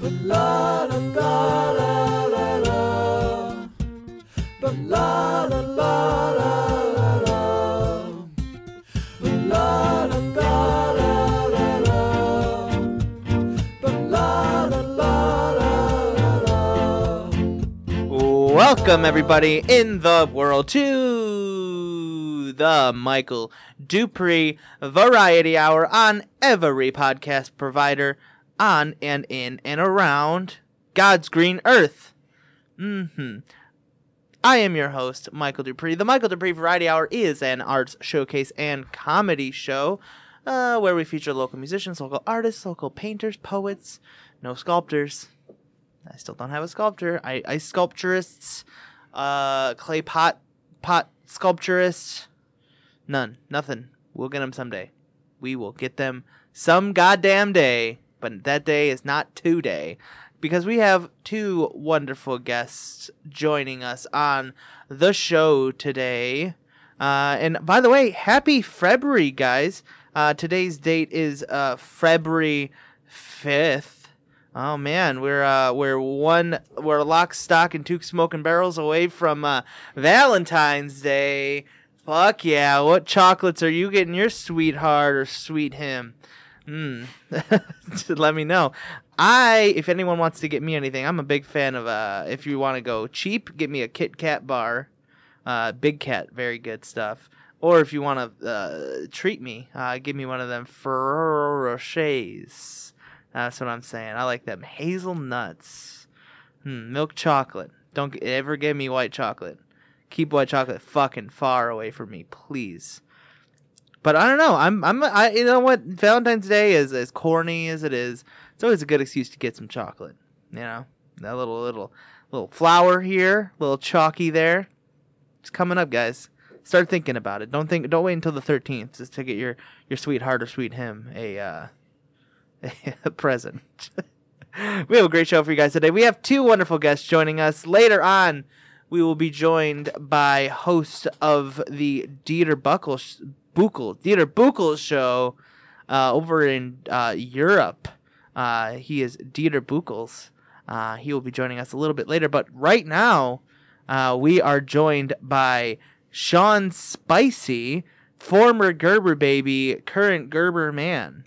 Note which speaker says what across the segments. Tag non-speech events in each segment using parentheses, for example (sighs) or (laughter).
Speaker 1: la la la la la la. But la la la la la la. But la la la la la la. But la la la la la la.
Speaker 2: Welcome, everybody, in the world to the Michael Dupree Variety Hour on every podcast provider on and in and around God's green earth. hmm I am your host, Michael Dupree. The Michael Dupree Variety Hour is an arts showcase and comedy show uh, where we feature local musicians, local artists, local painters, poets, no sculptors. I still don't have a sculptor. I, I sculpturists, uh, clay pot pot sculpturists, none, nothing. We'll get them someday. We will get them some goddamn day. But that day is not today, because we have two wonderful guests joining us on the show today. Uh, and by the way, happy February, guys. Uh, today's date is uh, February fifth. Oh man, we're uh, we're one we're lock, stock, and two smoking barrels away from uh, Valentine's Day. Fuck yeah! What chocolates are you getting your sweetheart or sweet him? (laughs) Mm. Let me know. I, if anyone wants to get me anything, I'm a big fan of. Uh, if you want to go cheap, get me a Kit Kat bar. Uh, Big Cat, very good stuff. Or if you want to uh, treat me, uh, give me one of them Ferrero Rochers. That's what I'm saying. I like them hazelnuts, hmm, milk chocolate. Don't g- ever give me white chocolate. Keep white chocolate fucking far away from me, please. But I don't know. I'm I'm I you know what Valentine's Day is as corny as it is. It's always a good excuse to get some chocolate. You know that little little little flower here, little chalky there. It's coming up, guys. Start thinking about it. Don't think. Don't wait until the thirteenth just to get your your sweetheart or sweet him a uh, a (laughs) present. we have a great show for you guys today. We have two wonderful guests joining us later on. We will be joined by host of the Dieter Buckle Buckel Dieter Buckel show uh, over in uh, Europe. Uh, he is Dieter Buchels. Uh, he will be joining us a little bit later, but right now uh, we are joined by Sean Spicy, former Gerber baby, current Gerber man.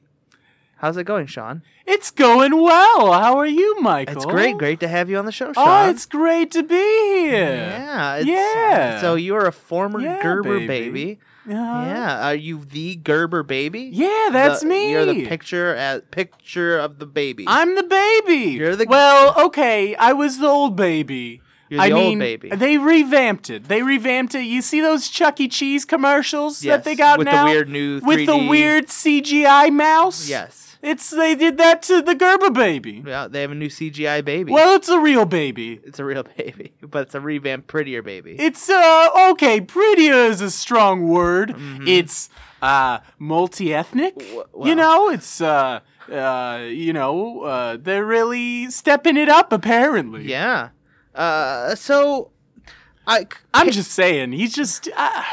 Speaker 2: How's it going, Sean?
Speaker 3: It's going well. How are you, Michael?
Speaker 2: It's great, great to have you on the show, Sean.
Speaker 3: Oh, it's great to be here.
Speaker 2: yeah, it's,
Speaker 3: Yeah.
Speaker 2: So you are a former
Speaker 3: Yeah,
Speaker 2: Gerber
Speaker 3: baby.
Speaker 2: baby.
Speaker 3: Yeah.
Speaker 2: Yeah, are you the Gerber baby?
Speaker 3: Yeah, that's
Speaker 2: The-
Speaker 3: me.
Speaker 2: You're the picture at picture of the baby.
Speaker 3: I'm the baby.
Speaker 2: You're the-
Speaker 3: Well, okay, I was the old baby.
Speaker 2: You're the
Speaker 3: I
Speaker 2: old
Speaker 3: mean,
Speaker 2: baby.
Speaker 3: They revamped it. They revamped it. You see those Chuck E. Cheese commercials
Speaker 2: Yes,
Speaker 3: that they got
Speaker 2: with the
Speaker 3: now
Speaker 2: weird new
Speaker 3: with the
Speaker 2: 3D
Speaker 3: weird CGI mouse.
Speaker 2: Yes.
Speaker 3: it's they did that to the Gerber baby.
Speaker 2: Yeah, they have a new CGI baby.
Speaker 3: Well, it's a real baby.
Speaker 2: it's a real (laughs) baby, but it's a revamped, prettier baby.
Speaker 3: It's uh okay, prettier is a strong word.
Speaker 2: Mm-hmm.
Speaker 3: It's uh multi-ethnic.
Speaker 2: well.
Speaker 3: You know, it's uh uh you know, uh they're really stepping it up apparently.
Speaker 2: yeah. Uh, so I
Speaker 3: I'm just saying, he's just uh,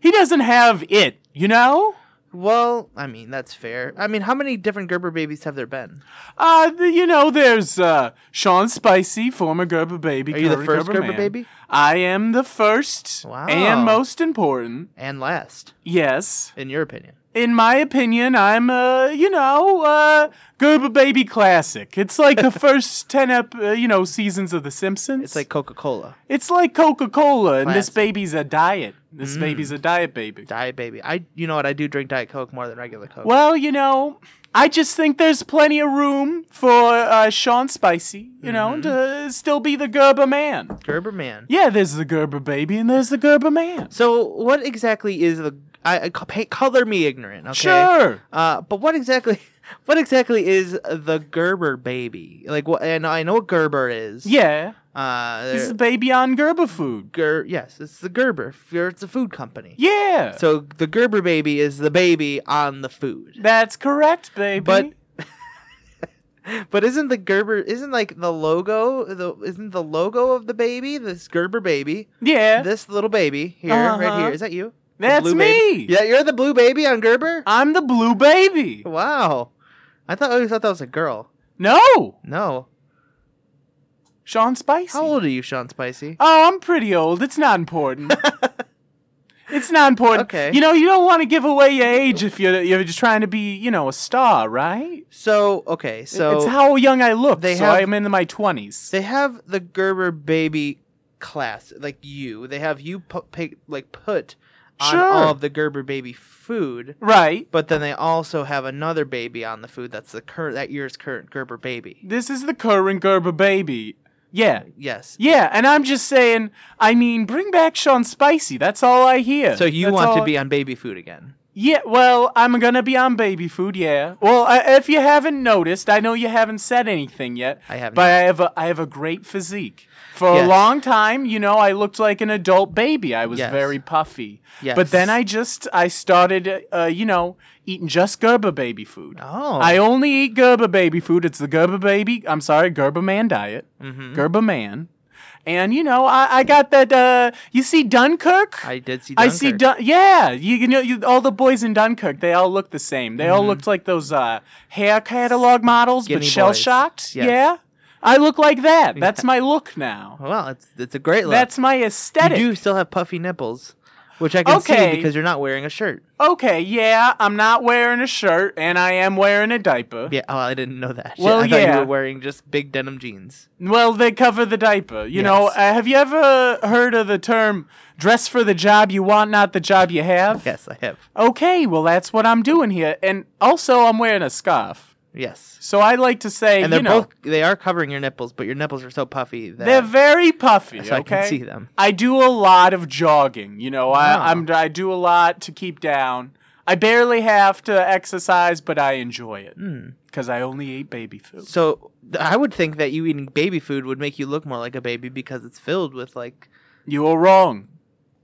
Speaker 3: he doesn't have it, you know?
Speaker 2: well, I mean that's fair. I mean, how many different Gerber babies have there been?
Speaker 3: Uh, the- you know, there's uh, Sean Spicy, former Gerber baby.
Speaker 2: Are you the
Speaker 3: current
Speaker 2: first Gerber
Speaker 3: man.
Speaker 2: baby?
Speaker 3: I am the first
Speaker 2: Wow.
Speaker 3: and most important.
Speaker 2: And last,
Speaker 3: Yes,
Speaker 2: in your opinion?
Speaker 3: in my opinion, I'm uh, you know, uh, Gerber Baby classic. It's like
Speaker 2: (laughs)
Speaker 3: the first ten up, uh, you know, seasons of The Simpsons.
Speaker 2: It's like Coca Cola,
Speaker 3: it's like Coca Cola, and this
Speaker 2: Classic. Mm.
Speaker 3: baby's a diet. This baby's a diet baby.
Speaker 2: Diet Baby. I, you know what? I do drink Diet Coke more than regular Coke.
Speaker 3: Well, you know, I just think there's plenty of room for uh, Sean Spicy, you
Speaker 2: Mm-hmm.
Speaker 3: know, to still be the Gerber man.
Speaker 2: Gerber man.
Speaker 3: Yeah, there's the Gerber baby, and there's the Gerber man.
Speaker 2: So what exactly is the? I, I co- pa- color me ignorant. Okay.
Speaker 3: Sure.
Speaker 2: Uh, but what exactly? (laughs) What exactly is the Gerber baby? Like what? And I know what Gerber is.
Speaker 3: Yeah,
Speaker 2: Uh,
Speaker 3: this is
Speaker 2: there-
Speaker 3: baby on Gerber food.
Speaker 2: Ger- yes, it's the Gerber. Ger- It's a food company.
Speaker 3: Yeah,
Speaker 2: So the Gerber baby is the baby on the food.
Speaker 3: that's correct, baby.
Speaker 2: But But isn't the Gerber isn't like the logo the isn't the logo of the baby this Gerber baby
Speaker 3: yeah,
Speaker 2: this little baby here right
Speaker 3: Uh-huh.
Speaker 2: here is that you? The
Speaker 3: That's
Speaker 2: blue baby?
Speaker 3: me. Uh,
Speaker 2: Yeah, you're the blue baby on Gerber.
Speaker 3: I'm the blue baby.
Speaker 2: Wow, I thought I always thought that was a girl.
Speaker 3: No,
Speaker 2: No,
Speaker 3: Sean Spicy.
Speaker 2: How old are you, Sean Spicy?
Speaker 3: Oh, I'm pretty old. It's not
Speaker 2: (laughs)
Speaker 3: important. it's not important.
Speaker 2: Okay.
Speaker 3: You know, you don't want to give away your age if you're you're just trying to be, you know, a star, right?
Speaker 2: So okay, so
Speaker 3: it's how young I look.
Speaker 2: they
Speaker 3: so
Speaker 2: have-
Speaker 3: I'm in my twenties.
Speaker 2: they have the Gerber baby class, like you. They have you pu- pick, like put on
Speaker 3: Sure.
Speaker 2: all of the Gerber baby food,
Speaker 3: Right.
Speaker 2: but then they also have another baby on the food that's the current that year's current Gerber baby.
Speaker 3: This is the current Gerber baby. Yeah.
Speaker 2: Yes.
Speaker 3: Yeah, and I'm just saying, I mean, bring back Sean Spicy. That's all I hear.
Speaker 2: So you
Speaker 3: That's
Speaker 2: want to
Speaker 3: all-
Speaker 2: be on baby food again?
Speaker 3: Yeah, well, I'm gonna be on baby food. Yeah. Well, I, if you haven't noticed, I know you haven't said anything yet.
Speaker 2: I have
Speaker 3: But
Speaker 2: not.
Speaker 3: I have a I have a great physique. For
Speaker 2: Yes.
Speaker 3: a long time, you know, I looked like an adult baby. I was
Speaker 2: Yes.
Speaker 3: very puffy.
Speaker 2: Yes.
Speaker 3: But then I just I started, uh, you know, eating just Gerber baby food.
Speaker 2: Oh.
Speaker 3: I only eat Gerber baby food. It's the Gerber baby. I'm sorry, Gerber man diet. Mm-hmm. Gerber man. And you know, I, I got that. Uh, you see Dunkirk?
Speaker 2: I did see.
Speaker 3: I see.
Speaker 2: Dunkirk.
Speaker 3: Dun- yeah, you, you know, you, all the boys in Dunkirk, they all look the same. They all looked like those uh, hair catalog models,
Speaker 2: Mm-hmm. Skinny
Speaker 3: but
Speaker 2: boys.
Speaker 3: shell shocked.
Speaker 2: Yes.
Speaker 3: Yeah, I look like that. That's my look now.
Speaker 2: Well, it's it's a great look.
Speaker 3: That's my
Speaker 2: you
Speaker 3: aesthetic.
Speaker 2: do still have puffy nipples, which I can see
Speaker 3: Okay.
Speaker 2: because you're not wearing a shirt.
Speaker 3: Okay, yeah, I'm not wearing a shirt, and I am wearing a diaper.
Speaker 2: Yeah. Oh, I didn't know that. Shit,
Speaker 3: Well,
Speaker 2: I thought you
Speaker 3: yeah.
Speaker 2: were wearing just big denim jeans.
Speaker 3: Well, they cover the diaper. You know,
Speaker 2: Yes.
Speaker 3: uh, have you ever heard of the term "dress for the job you want, not the job you have"?
Speaker 2: Yes, I have.
Speaker 3: Okay, well, that's what I'm doing here, and also I'm wearing a scarf.
Speaker 2: Yes.
Speaker 3: So I like to say,
Speaker 2: and they're
Speaker 3: you know,
Speaker 2: both they are covering your nipples, but your nipples are so puffy that
Speaker 3: They're very puffy.
Speaker 2: so I
Speaker 3: okay?
Speaker 2: can see Ah. them.
Speaker 3: I do a lot of jogging. You know,
Speaker 2: Wow.
Speaker 3: I, I'm I do a lot to keep down. I barely have to exercise, but I enjoy it
Speaker 2: Hmm.
Speaker 3: because I only eat baby food.
Speaker 2: So th- I would think that you eating baby food would make you look more like a baby because it's filled with like
Speaker 3: You are wrong.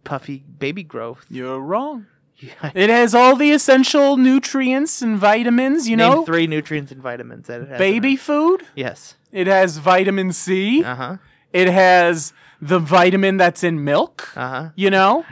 Speaker 2: puffy baby growth. (laughs)
Speaker 3: You're wrong.
Speaker 2: Yeah.
Speaker 3: It has all the essential nutrients and vitamins. You
Speaker 2: Name
Speaker 3: know,
Speaker 2: three nutrients and vitamins that it has. in
Speaker 3: baby
Speaker 2: it.
Speaker 3: food.
Speaker 2: Yes.
Speaker 3: It has vitamin C.
Speaker 2: Uh huh.
Speaker 3: It has the vitamin that's in milk.
Speaker 2: Uh huh.
Speaker 3: You know,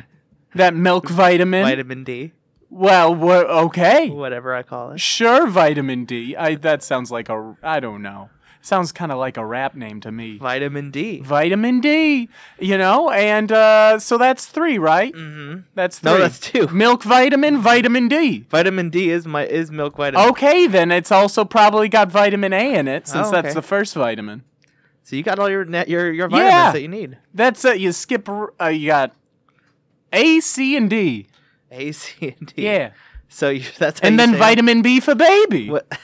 Speaker 3: that milk vitamin.
Speaker 2: Vitamin D,
Speaker 3: well, wha- okay.
Speaker 2: whatever I call it.
Speaker 3: Sure, vitamin D. I that sounds like a I don't know. Sounds kind of like a rap name to me.
Speaker 2: Vitamin D.
Speaker 3: Vitamin D, you know, and uh, so that's three, right?
Speaker 2: mm-hmm.
Speaker 3: That's three.
Speaker 2: No, that's two.
Speaker 3: Milk vitamin, vitamin D.
Speaker 2: Vitamin D is my is milk vitamin.
Speaker 3: Okay, then it's also probably got vitamin A in it since
Speaker 2: Oh, okay.
Speaker 3: that's the first vitamin.
Speaker 2: So you got all your net your your vitamins
Speaker 3: Yeah.
Speaker 2: that you need.
Speaker 3: That's uh, you skip. r- Uh, you got A, C, and D.
Speaker 2: A, C, and D.
Speaker 3: Yeah,
Speaker 2: So you, (laughs) that's how
Speaker 3: and
Speaker 2: you
Speaker 3: then
Speaker 2: say it.
Speaker 3: vitamin B for baby.
Speaker 2: (laughs) What? (laughs)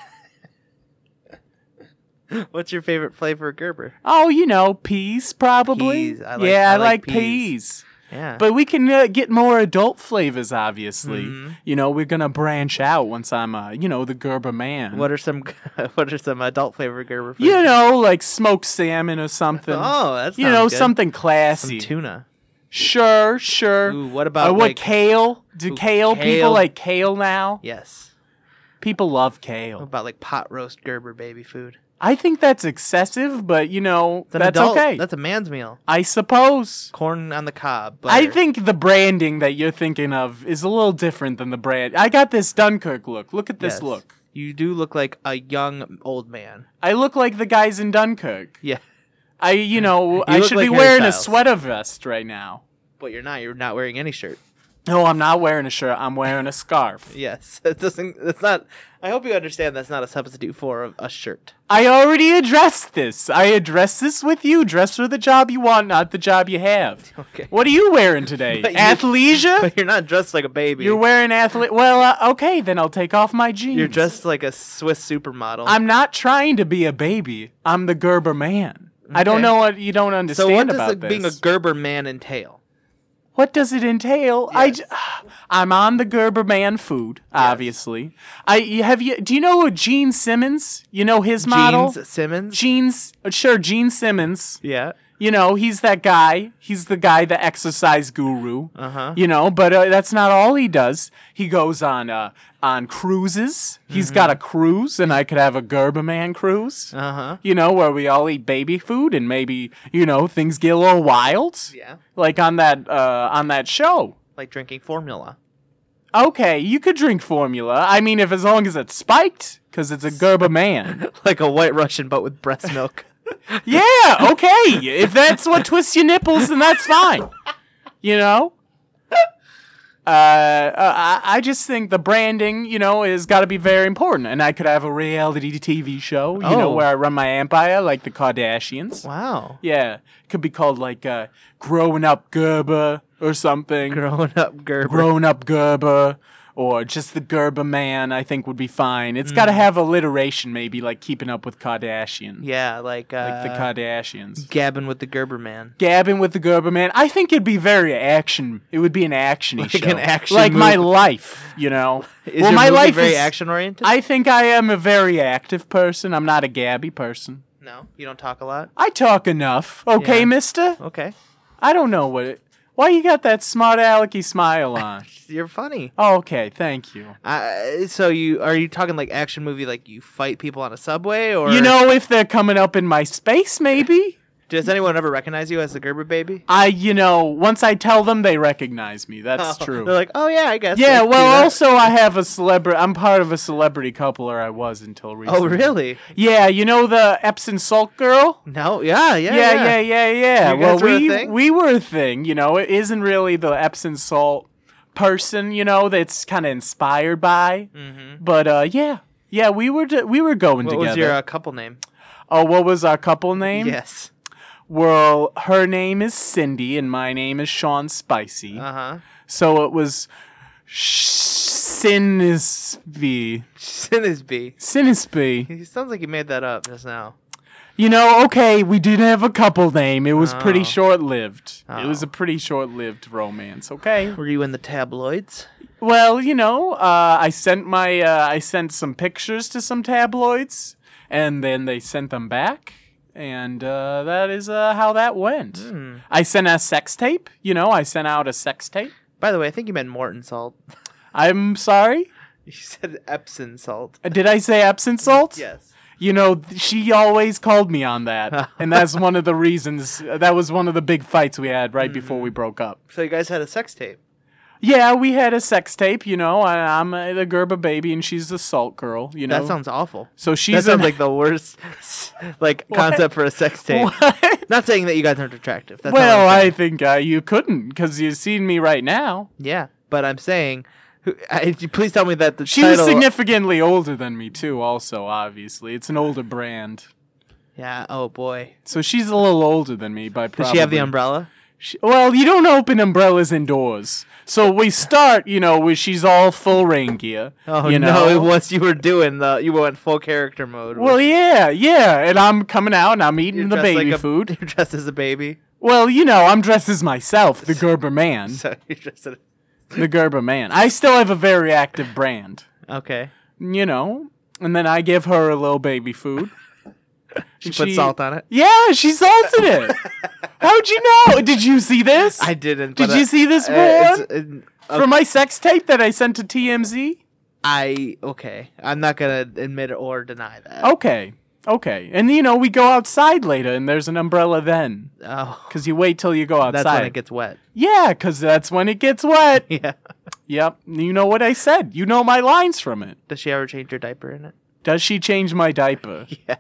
Speaker 2: What's your favorite flavor of Gerber?
Speaker 3: Oh, you know, peas probably.
Speaker 2: Peas. I like-
Speaker 3: yeah,
Speaker 2: I
Speaker 3: I,
Speaker 2: like
Speaker 3: like,
Speaker 2: peas.
Speaker 3: peas.
Speaker 2: Yeah.
Speaker 3: But we can uh, get more adult flavors, obviously.
Speaker 2: Mhm.
Speaker 3: You know, we're gonna branch out once I'm, uh, you know, the Gerber man.
Speaker 2: what are some (laughs) what are some adult flavor Gerber foods?
Speaker 3: you know, like smoked salmon or something.
Speaker 2: Oh, that's
Speaker 3: you know,
Speaker 2: good.
Speaker 3: something classy.
Speaker 2: Some tuna.
Speaker 3: sure, sure.
Speaker 2: Ooh, what
Speaker 3: Uh,
Speaker 2: about
Speaker 3: what
Speaker 2: like-
Speaker 3: kale? Do
Speaker 2: Ooh,
Speaker 3: kale,
Speaker 2: kale.
Speaker 3: people like kale now?
Speaker 2: Yes.
Speaker 3: People love
Speaker 2: What
Speaker 3: kale.
Speaker 2: about like pot roast Gerber baby food?
Speaker 3: I think that's excessive, but you know,
Speaker 2: It's an
Speaker 3: that's
Speaker 2: adult-
Speaker 3: okay.
Speaker 2: That's a man's meal.
Speaker 3: I suppose.
Speaker 2: Corn on the cob.
Speaker 3: I
Speaker 2: butter.
Speaker 3: think the branding that you're thinking of is a little different than the brand. I got this Dunkirk look. Look at this
Speaker 2: Yes.
Speaker 3: look.
Speaker 2: You do look like a young old man.
Speaker 3: I look like the guys in Dunkirk.
Speaker 2: Yeah.
Speaker 3: I, you know,
Speaker 2: (laughs)
Speaker 3: I
Speaker 2: look
Speaker 3: should
Speaker 2: like
Speaker 3: be
Speaker 2: Harry
Speaker 3: wearing a
Speaker 2: Styles.
Speaker 3: sweater vest right now.
Speaker 2: But you're not. You're not wearing any shirt.
Speaker 3: No, I'm not wearing a shirt. I'm wearing a scarf.
Speaker 2: Yes. (laughs) It doesn't. It's not. I hope you understand that's not a substitute for a, a shirt.
Speaker 3: I already addressed this. I addressed this with you. Dress for the job you want, not the job you
Speaker 2: (laughs)
Speaker 3: have.
Speaker 2: Okay.
Speaker 3: What are you wearing today?
Speaker 2: (laughs) But you-
Speaker 3: Athleisure?
Speaker 2: But (laughs) you're not dressed like a baby.
Speaker 3: You're wearing athlete. Well, uh, okay, then I'll take off my jeans.
Speaker 2: You're dressed like a Swiss supermodel.
Speaker 3: I'm not trying to be a baby. I'm the Gerber man. I
Speaker 2: Okay.
Speaker 3: don't know what you don't
Speaker 2: so
Speaker 3: understand
Speaker 2: what does
Speaker 3: about
Speaker 2: like,
Speaker 3: this.
Speaker 2: being a Gerber man entail?
Speaker 3: what does it entail? I
Speaker 2: Yes.
Speaker 3: (sighs) I, am on the Gerber man food, obviously. I you- have you. Do you know a Gene Simmons? You know his model.
Speaker 2: Jeans Simmons.
Speaker 3: Gene's uh, sure Gene Simmons.
Speaker 2: yeah.
Speaker 3: You know he's that guy. He's the guy, the exercise guru.
Speaker 2: Uh huh.
Speaker 3: You know, but uh, that's not all he does. He goes on uh, on cruises. He's got a cruise, and I could have a Gerber man cruise.
Speaker 2: Uh huh.
Speaker 3: You know, where we all eat baby food, and maybe you know things get a little wild
Speaker 2: Yeah.
Speaker 3: like on that uh, on that show.
Speaker 2: Like drinking (laughs) formula.
Speaker 3: Okay, you could drink formula. I mean, if as long as it's spiked, because it's a Gerber man.
Speaker 2: like a white Russian, but with breast milk.
Speaker 3: yeah, okay. If that's what twists your nipples, then that's fine. You know? Uh, uh, I, I just think the branding, you know, has got to be very important. And I could have a reality TV show, you know,
Speaker 2: Oh.
Speaker 3: where I run my empire like the Kardashians.
Speaker 2: (laughs) (laughs) Wow.
Speaker 3: Yeah, could be called like uh, Growing Up Gerber or something.
Speaker 2: Grown up Gerber.
Speaker 3: Grown Up Gerber or just the Gerber Man, I think would be fine. It's got to have alliteration, maybe like keeping up with Kardashian.
Speaker 2: Hmm. yeah, like uh,
Speaker 3: Like the Kardashians.
Speaker 2: Gabin with the Gerber man.
Speaker 3: Gabbing with the Gerber Man. I think it'd be very action. It would be an action
Speaker 2: Like
Speaker 3: show.
Speaker 2: an action
Speaker 3: Like my
Speaker 2: movie.
Speaker 3: life, you know.
Speaker 2: (laughs) Is your
Speaker 3: my
Speaker 2: movie
Speaker 3: life
Speaker 2: very
Speaker 3: is
Speaker 2: action oriented?
Speaker 3: I think I am a very active person. I'm not a gabby person.
Speaker 2: no, you don't talk a lot.
Speaker 3: I talk enough. Okay,
Speaker 2: Yeah.
Speaker 3: mister?
Speaker 2: Okay,
Speaker 3: I don't know what it. Why you got that smart alecky smile
Speaker 2: (laughs)
Speaker 3: on?
Speaker 2: you're funny.
Speaker 3: oh, okay, thank you.
Speaker 2: Uh, so you are you talking like action movie, like you fight people on a subway, or
Speaker 3: You know, if they're coming up in my space, maybe.
Speaker 2: does anyone ever recognize you as the Gerber baby?
Speaker 3: I, you know, once I tell them, they recognize me. That's
Speaker 2: (laughs) Oh,
Speaker 3: true.
Speaker 2: They're like, oh yeah, I guess. I
Speaker 3: yeah.
Speaker 2: could do
Speaker 3: Well,
Speaker 2: that."
Speaker 3: also I have a celebrity. I'm part of a celebrity couple, or I was until recently.
Speaker 2: Oh really?
Speaker 3: Yeah. You know the Epsom Salt Girl.
Speaker 2: No. Yeah. Yeah.
Speaker 3: yeah,
Speaker 2: Yeah.
Speaker 3: yeah, yeah, yeah.
Speaker 2: You
Speaker 3: Well,
Speaker 2: guys were a
Speaker 3: we
Speaker 2: thing?
Speaker 3: we were a thing. You know, it isn't really the Epsom salt person. You know, that's kind of inspired by.
Speaker 2: Mhm.
Speaker 3: But uh, yeah, yeah, we were d- we were going
Speaker 2: What
Speaker 3: together.
Speaker 2: was your uh, couple name?
Speaker 3: oh, what was our couple name?
Speaker 2: Yes.
Speaker 3: Well, her name is Cindy, and my name is Sean Spicy.
Speaker 2: Uh huh. (laughs)
Speaker 3: so it was. Sinisby.
Speaker 2: Sinisby.
Speaker 3: Sinisby.
Speaker 2: He sounds like he made that up just now.
Speaker 3: You know, okay, we did have a couple name. It was
Speaker 2: Oh.
Speaker 3: pretty short lived. It was a
Speaker 2: Oh.
Speaker 3: pretty short lived romance, okay?
Speaker 2: Were you in the tabloids?
Speaker 3: Well, you know, uh, I sent my uh, I sent some pictures to some tabloids, and then they sent them back, and uh, that is uh, how that went.
Speaker 2: Hmm.
Speaker 3: I sent a sex tape. You know, I sent out a sex tape.
Speaker 2: By the way, I think you meant Morton salt. (laughs)
Speaker 3: I'm sorry.
Speaker 2: You said Epsom salt.
Speaker 3: Did I say Epsom salt?
Speaker 2: Yes.
Speaker 3: You know, th- she always called me on
Speaker 2: (laughs)
Speaker 3: that, and that's one of the reasons. That was one of the big fights we had right before
Speaker 2: Mm-hmm.
Speaker 3: we broke up.
Speaker 2: So you guys had a sex tape.
Speaker 3: Yeah, we had a sex tape. You know, I, I'm uh, the Gerber baby, and she's the salt girl. You know,
Speaker 2: That sounds awful.
Speaker 3: so
Speaker 2: That
Speaker 3: she's
Speaker 2: sounds
Speaker 3: an- (laughs)
Speaker 2: like the worst, like concept for a sex tape.
Speaker 3: What?
Speaker 2: Not saying that you guys aren't attractive. That's not
Speaker 3: well,
Speaker 2: what I'm
Speaker 3: I
Speaker 2: saying.
Speaker 3: think uh, you couldn't because you've seen me right now.
Speaker 2: yeah, but I'm saying, who- I, please tell me that the
Speaker 3: She was
Speaker 2: title. uh,
Speaker 3: significantly older than me too. Also, obviously, it's an older brand,
Speaker 2: yeah. Oh boy.
Speaker 3: so she's a little older than me by.
Speaker 2: Does
Speaker 3: Probably.
Speaker 2: she have the umbrella?
Speaker 3: She- well, you don't open umbrellas indoors, so we start. You know, where she's all full rain gear.
Speaker 2: Oh
Speaker 3: you
Speaker 2: no!
Speaker 3: know?
Speaker 2: It was you were doing the you went full character mode.
Speaker 3: Well, yeah, yeah, and I'm coming out and I'm eating
Speaker 2: You're
Speaker 3: the
Speaker 2: dressed like
Speaker 3: baby
Speaker 2: a-
Speaker 3: food.
Speaker 2: (laughs) You're dressed as a baby. (laughs)
Speaker 3: Well, you know, I'm dressed as myself, the Gerber man,
Speaker 2: So you're dressed. As,
Speaker 3: the Gerber man. I still have a very active brand.
Speaker 2: okay.
Speaker 3: you know, and then I give her a little baby food.
Speaker 2: (laughs) She, put salt on it.
Speaker 3: Yeah, she salted
Speaker 2: (laughs)
Speaker 3: it. How'd you know? Did you see this?
Speaker 2: I didn't.
Speaker 3: Did
Speaker 2: but,
Speaker 3: you
Speaker 2: uh,
Speaker 3: see this
Speaker 2: uh,
Speaker 3: one
Speaker 2: it's- it-
Speaker 3: for my sex tape that I sent to TMZ?
Speaker 2: I okay. I'm not gonna admit or deny that.
Speaker 3: Okay, okay. And you know, we go outside later, and there's an umbrella then,
Speaker 2: Oh,
Speaker 3: because you wait till you go outside.
Speaker 2: that's when it gets wet. (laughs)
Speaker 3: yeah, because that's when it gets wet.
Speaker 2: Yeah.
Speaker 3: yep. You know what I said. You know my lines from it.
Speaker 2: Does she ever change your diaper in it?
Speaker 3: Does she change my diaper?
Speaker 2: (laughs) Yeah.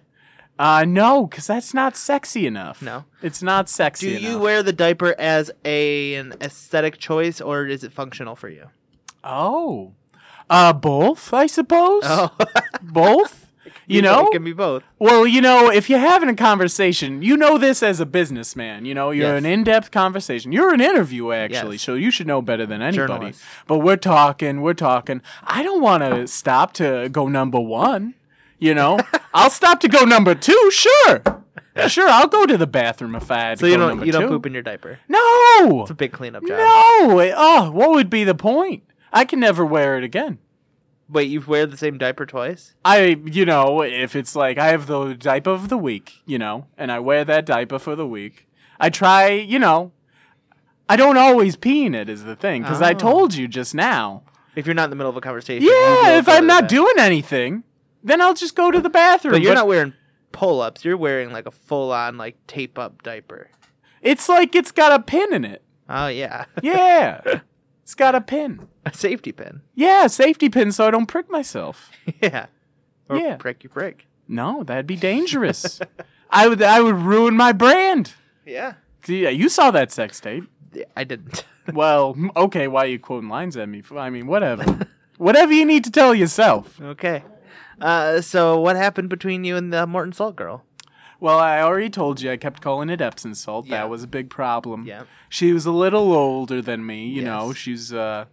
Speaker 3: Uh, no, because that's not sexy enough.
Speaker 2: No.
Speaker 3: it's not
Speaker 2: Do
Speaker 3: sexy.
Speaker 2: you,
Speaker 3: enough.
Speaker 2: wear the diaper as a an aesthetic choice or is it functional for (laughs) you?
Speaker 3: Oh. Uh, both, I suppose.
Speaker 2: Oh. (laughs)
Speaker 3: Both? You know?
Speaker 2: it can be both.
Speaker 3: Well, you know, if you're having a conversation, you know this as a businessman. You know, you're
Speaker 2: Yes.
Speaker 3: an in depth conversation. You're an interview, actually,
Speaker 2: Yes.
Speaker 3: so you should know better than anybody.
Speaker 2: Journalist.
Speaker 3: But we're talking, we're talking. I don't want to stop to go number one. You
Speaker 2: (laughs)
Speaker 3: know, I'll stop to go number two, sure. Sure, I'll go to the bathroom if I had
Speaker 2: So
Speaker 3: to
Speaker 2: you
Speaker 3: go
Speaker 2: don't
Speaker 3: number
Speaker 2: you don't
Speaker 3: two.
Speaker 2: poop in your diaper.
Speaker 3: no!
Speaker 2: It's a big cleanup job.
Speaker 3: No! it- Oh, what would be the point? I can never wear it again.
Speaker 2: Wait, you wear the same diaper twice?
Speaker 3: I, you know, if it's like I have the diaper of the week, you know, and I wear that diaper for the week, I try, you know, I don't always pee in it is the thing because I
Speaker 2: Oh.
Speaker 3: told you just now.
Speaker 2: If you're not in the middle of a conversation. you will
Speaker 3: Yeah, if
Speaker 2: go to
Speaker 3: I'm
Speaker 2: the
Speaker 3: not
Speaker 2: bath-
Speaker 3: doing anything, then I'll just go to the bathroom.
Speaker 2: But you're not wearing pull ups, you're wearing like a full on like tape up diaper.
Speaker 3: It's like it's got a pin in it.
Speaker 2: Oh yeah. (laughs)
Speaker 3: Yeah, it's got a pin.
Speaker 2: a safety pin. (laughs)
Speaker 3: Yeah, safety pin so I don't prick myself.
Speaker 2: Yeah. Or
Speaker 3: Yeah.
Speaker 2: prick you prick. (laughs)
Speaker 3: No, that'd be dangerous. I would I would ruin my brand.
Speaker 2: Yeah.
Speaker 3: See, yeah, you saw that sex tape.
Speaker 2: Yeah, I didn't. (laughs)
Speaker 3: Well, m- okay, why are you quoting lines at me? I mean, whatever. (laughs) whatever you need to tell yourself.
Speaker 2: okay. Uh, so what happened between you and the Morton Salt girl?
Speaker 3: Well, I already told you I kept calling it Epsom salt.
Speaker 2: Yeah.
Speaker 3: That was a big problem.
Speaker 2: Yeah.
Speaker 3: She was a little older than me, you
Speaker 2: Yes.
Speaker 3: know. She's uh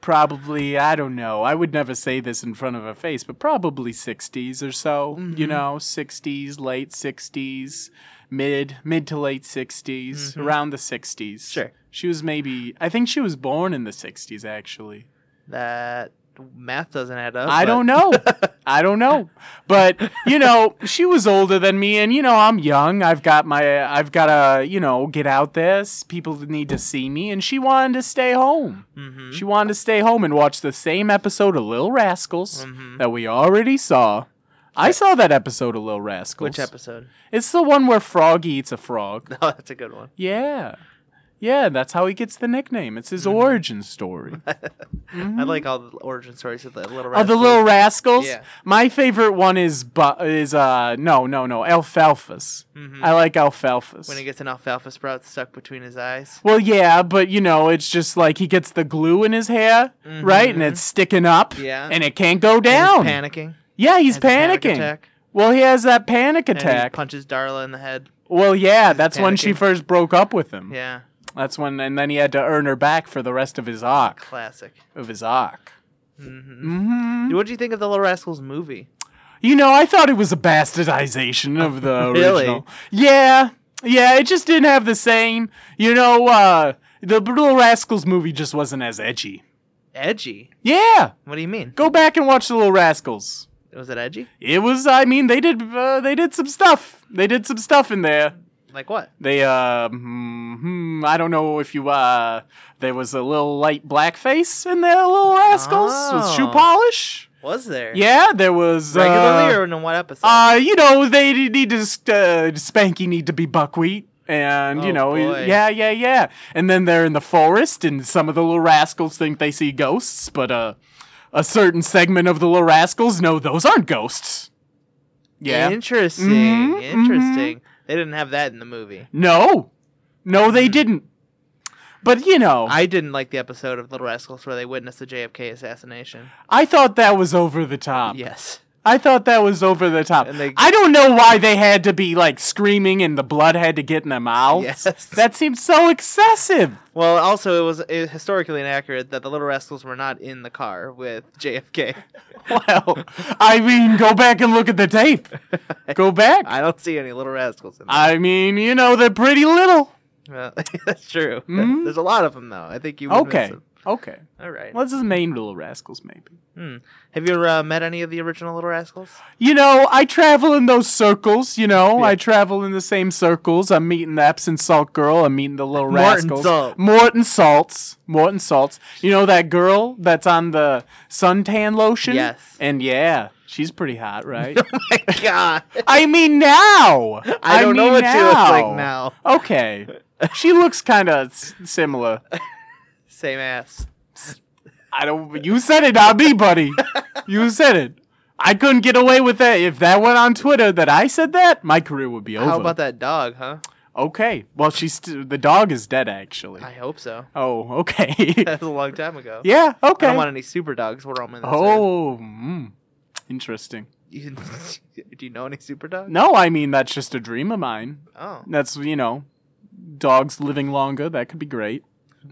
Speaker 3: probably, I don't know. I would never say this in front of her face, but probably 60s or so,
Speaker 2: Mm-hmm.
Speaker 3: you know, 60s, late 60s, mid mid to late 60s, around the 60s.
Speaker 2: Mm-hmm. Sure.
Speaker 3: She was maybe I think she was born in the 60s actually.
Speaker 2: That math doesn't add up.
Speaker 3: (laughs) I
Speaker 2: but-
Speaker 3: don't know. I don't know. But you know, she was older than me, and you know, I'm young. I've got my, I've got to, you know, get out there. S- People need to see me, and she wanted to stay home.
Speaker 2: Mhm.
Speaker 3: She wanted to stay home and watch the same episode of Little Rascals
Speaker 2: Mhm.
Speaker 3: that we already saw. I saw that episode of Little Rascals.
Speaker 2: Which episode? (laughs)
Speaker 3: It's the one where Froggy eats a frog.
Speaker 2: Oh, that's a good one.
Speaker 3: Yeah. Yeah, that's how he gets the nickname. It's
Speaker 2: Mm-hmm.
Speaker 3: his origin story.
Speaker 2: I like all the origin stories of the little.
Speaker 3: Oh, the
Speaker 2: Rascals.
Speaker 3: little rascals.
Speaker 2: Yeah.
Speaker 3: My favorite one is bu- is uh no no no alfalfas. I like alfalfas.
Speaker 2: Mm-hmm. when he gets an alfalfa sprout stuck between his eyes.
Speaker 3: well, yeah, but you know, it's just like he gets the glue in his hair, right, and it's sticking up,
Speaker 2: Mm-hmm. Yeah.
Speaker 3: and it can't go
Speaker 2: And
Speaker 3: down.
Speaker 2: He's panicking.
Speaker 3: yeah, he's
Speaker 2: Has a panic
Speaker 3: panicking.
Speaker 2: attack.
Speaker 3: well, he has that panic
Speaker 2: And he
Speaker 3: attack.
Speaker 2: punches Darla in the head.
Speaker 3: well, yeah, that's when she
Speaker 2: panicking.
Speaker 3: first broke up with him.
Speaker 2: Yeah,
Speaker 3: That's when, and then he had to earn her back for the rest of his arc
Speaker 2: classic.
Speaker 3: of his arc. Mm-hmm.
Speaker 2: What do you think of the Little Rascals movie?
Speaker 3: You know, I thought it was a bastardization of the
Speaker 2: (laughs) Really?
Speaker 3: original. Yeah, yeah, it just didn't have the same. You know, uh, the Little Rascals movie just wasn't as edgy.
Speaker 2: Edgy.
Speaker 3: Yeah,
Speaker 2: What do you mean?
Speaker 3: go back and watch the Little Rascals.
Speaker 2: Was it edgy?
Speaker 3: It was. I mean, they did. Uh, they did some stuff. They did some stuff in there.
Speaker 2: Like what?
Speaker 3: They, uh, hmm, hmm, I don't know if you, uh, there was a little light blackface in there, Little Rascals, with shoe
Speaker 2: Oh.
Speaker 3: polish.
Speaker 2: Was there?
Speaker 3: Yeah, there was. uh,
Speaker 2: Regularly or in what episode?
Speaker 3: Uh, you know, they d- need to, st- uh, Spanky need to be buckwheat. And, you
Speaker 2: Oh,
Speaker 3: know,
Speaker 2: boy.
Speaker 3: yeah, yeah, yeah. And then they're in the forest, and some of the little rascals think they see ghosts, but uh, a certain segment of the little rascals know those aren't ghosts. Yeah.
Speaker 2: Interesting. mm-hmm.
Speaker 3: Mhm,
Speaker 2: Interesting. They didn't have that in the movie.
Speaker 3: no. No, they didn't. But, you know, I-,
Speaker 2: Hmm. I didn't like the episode of Little Rascals where they witnessed the JFK assassination.
Speaker 3: thought that was over the top.
Speaker 2: Yes.
Speaker 3: I thought that was over the top.
Speaker 2: And they-
Speaker 3: I don't know why they had to be, like, screaming and the blood had to get in their mouths.
Speaker 2: Yes.
Speaker 3: That seems so excessive.
Speaker 2: Well, also it was uh, historically inaccurate that the Little Rascals were not in the car with JFK.
Speaker 3: Well, I mean, go back and look at the tape. Go back.
Speaker 2: (laughs) I don't see any Little Rascals in there.
Speaker 3: I mean, you know, they're pretty little.
Speaker 2: Well, (laughs) that's true.
Speaker 3: Mhm.
Speaker 2: There's a lot of them though. I think you would miss
Speaker 3: Okay.
Speaker 2: them.
Speaker 3: Okay.
Speaker 2: All right.
Speaker 3: What's his name, Little Rascals, maybe?
Speaker 2: Hmm. Have you uh, met any of the original
Speaker 3: (laughs)
Speaker 2: Little Rascals?
Speaker 3: You know, I travel in those circles, you know.
Speaker 2: Yeah.
Speaker 3: I travel in the same circles. I'm meeting the Epsom Salt Girl. I'm meeting the Little
Speaker 2: Morton
Speaker 3: Rascals.
Speaker 2: Salt.
Speaker 3: Morton Salts. Morton Salts. You know that girl that's on the suntan lotion?
Speaker 2: Yes.
Speaker 3: And yeah, she's pretty hot,
Speaker 2: (laughs)
Speaker 3: right?
Speaker 2: My God,
Speaker 3: I mean now.
Speaker 2: I don't know
Speaker 3: mean
Speaker 2: what she looks like now.
Speaker 3: Okay. She looks kind of s- similar.
Speaker 2: Same ass.
Speaker 3: I don't. You said it, not me, buddy. You said it. I couldn't get away with that. If that went on Twitter that I said that, my career would be over.
Speaker 2: How about that dog, huh?
Speaker 3: Okay. Well, she's st- the dog is dead actually.
Speaker 2: I hope so. (laughs)
Speaker 3: Oh, okay. (laughs)
Speaker 2: That was a long time ago.
Speaker 3: yeah.
Speaker 2: I don't
Speaker 3: Okay.
Speaker 2: want any super dogs roaming this earth.
Speaker 3: Oh, mm, interesting.
Speaker 2: You- (laughs) Do you know any super dogs?
Speaker 3: No, I mean that's just a dream of mine.
Speaker 2: Oh,
Speaker 3: That's you know, dogs living longer. That could be great.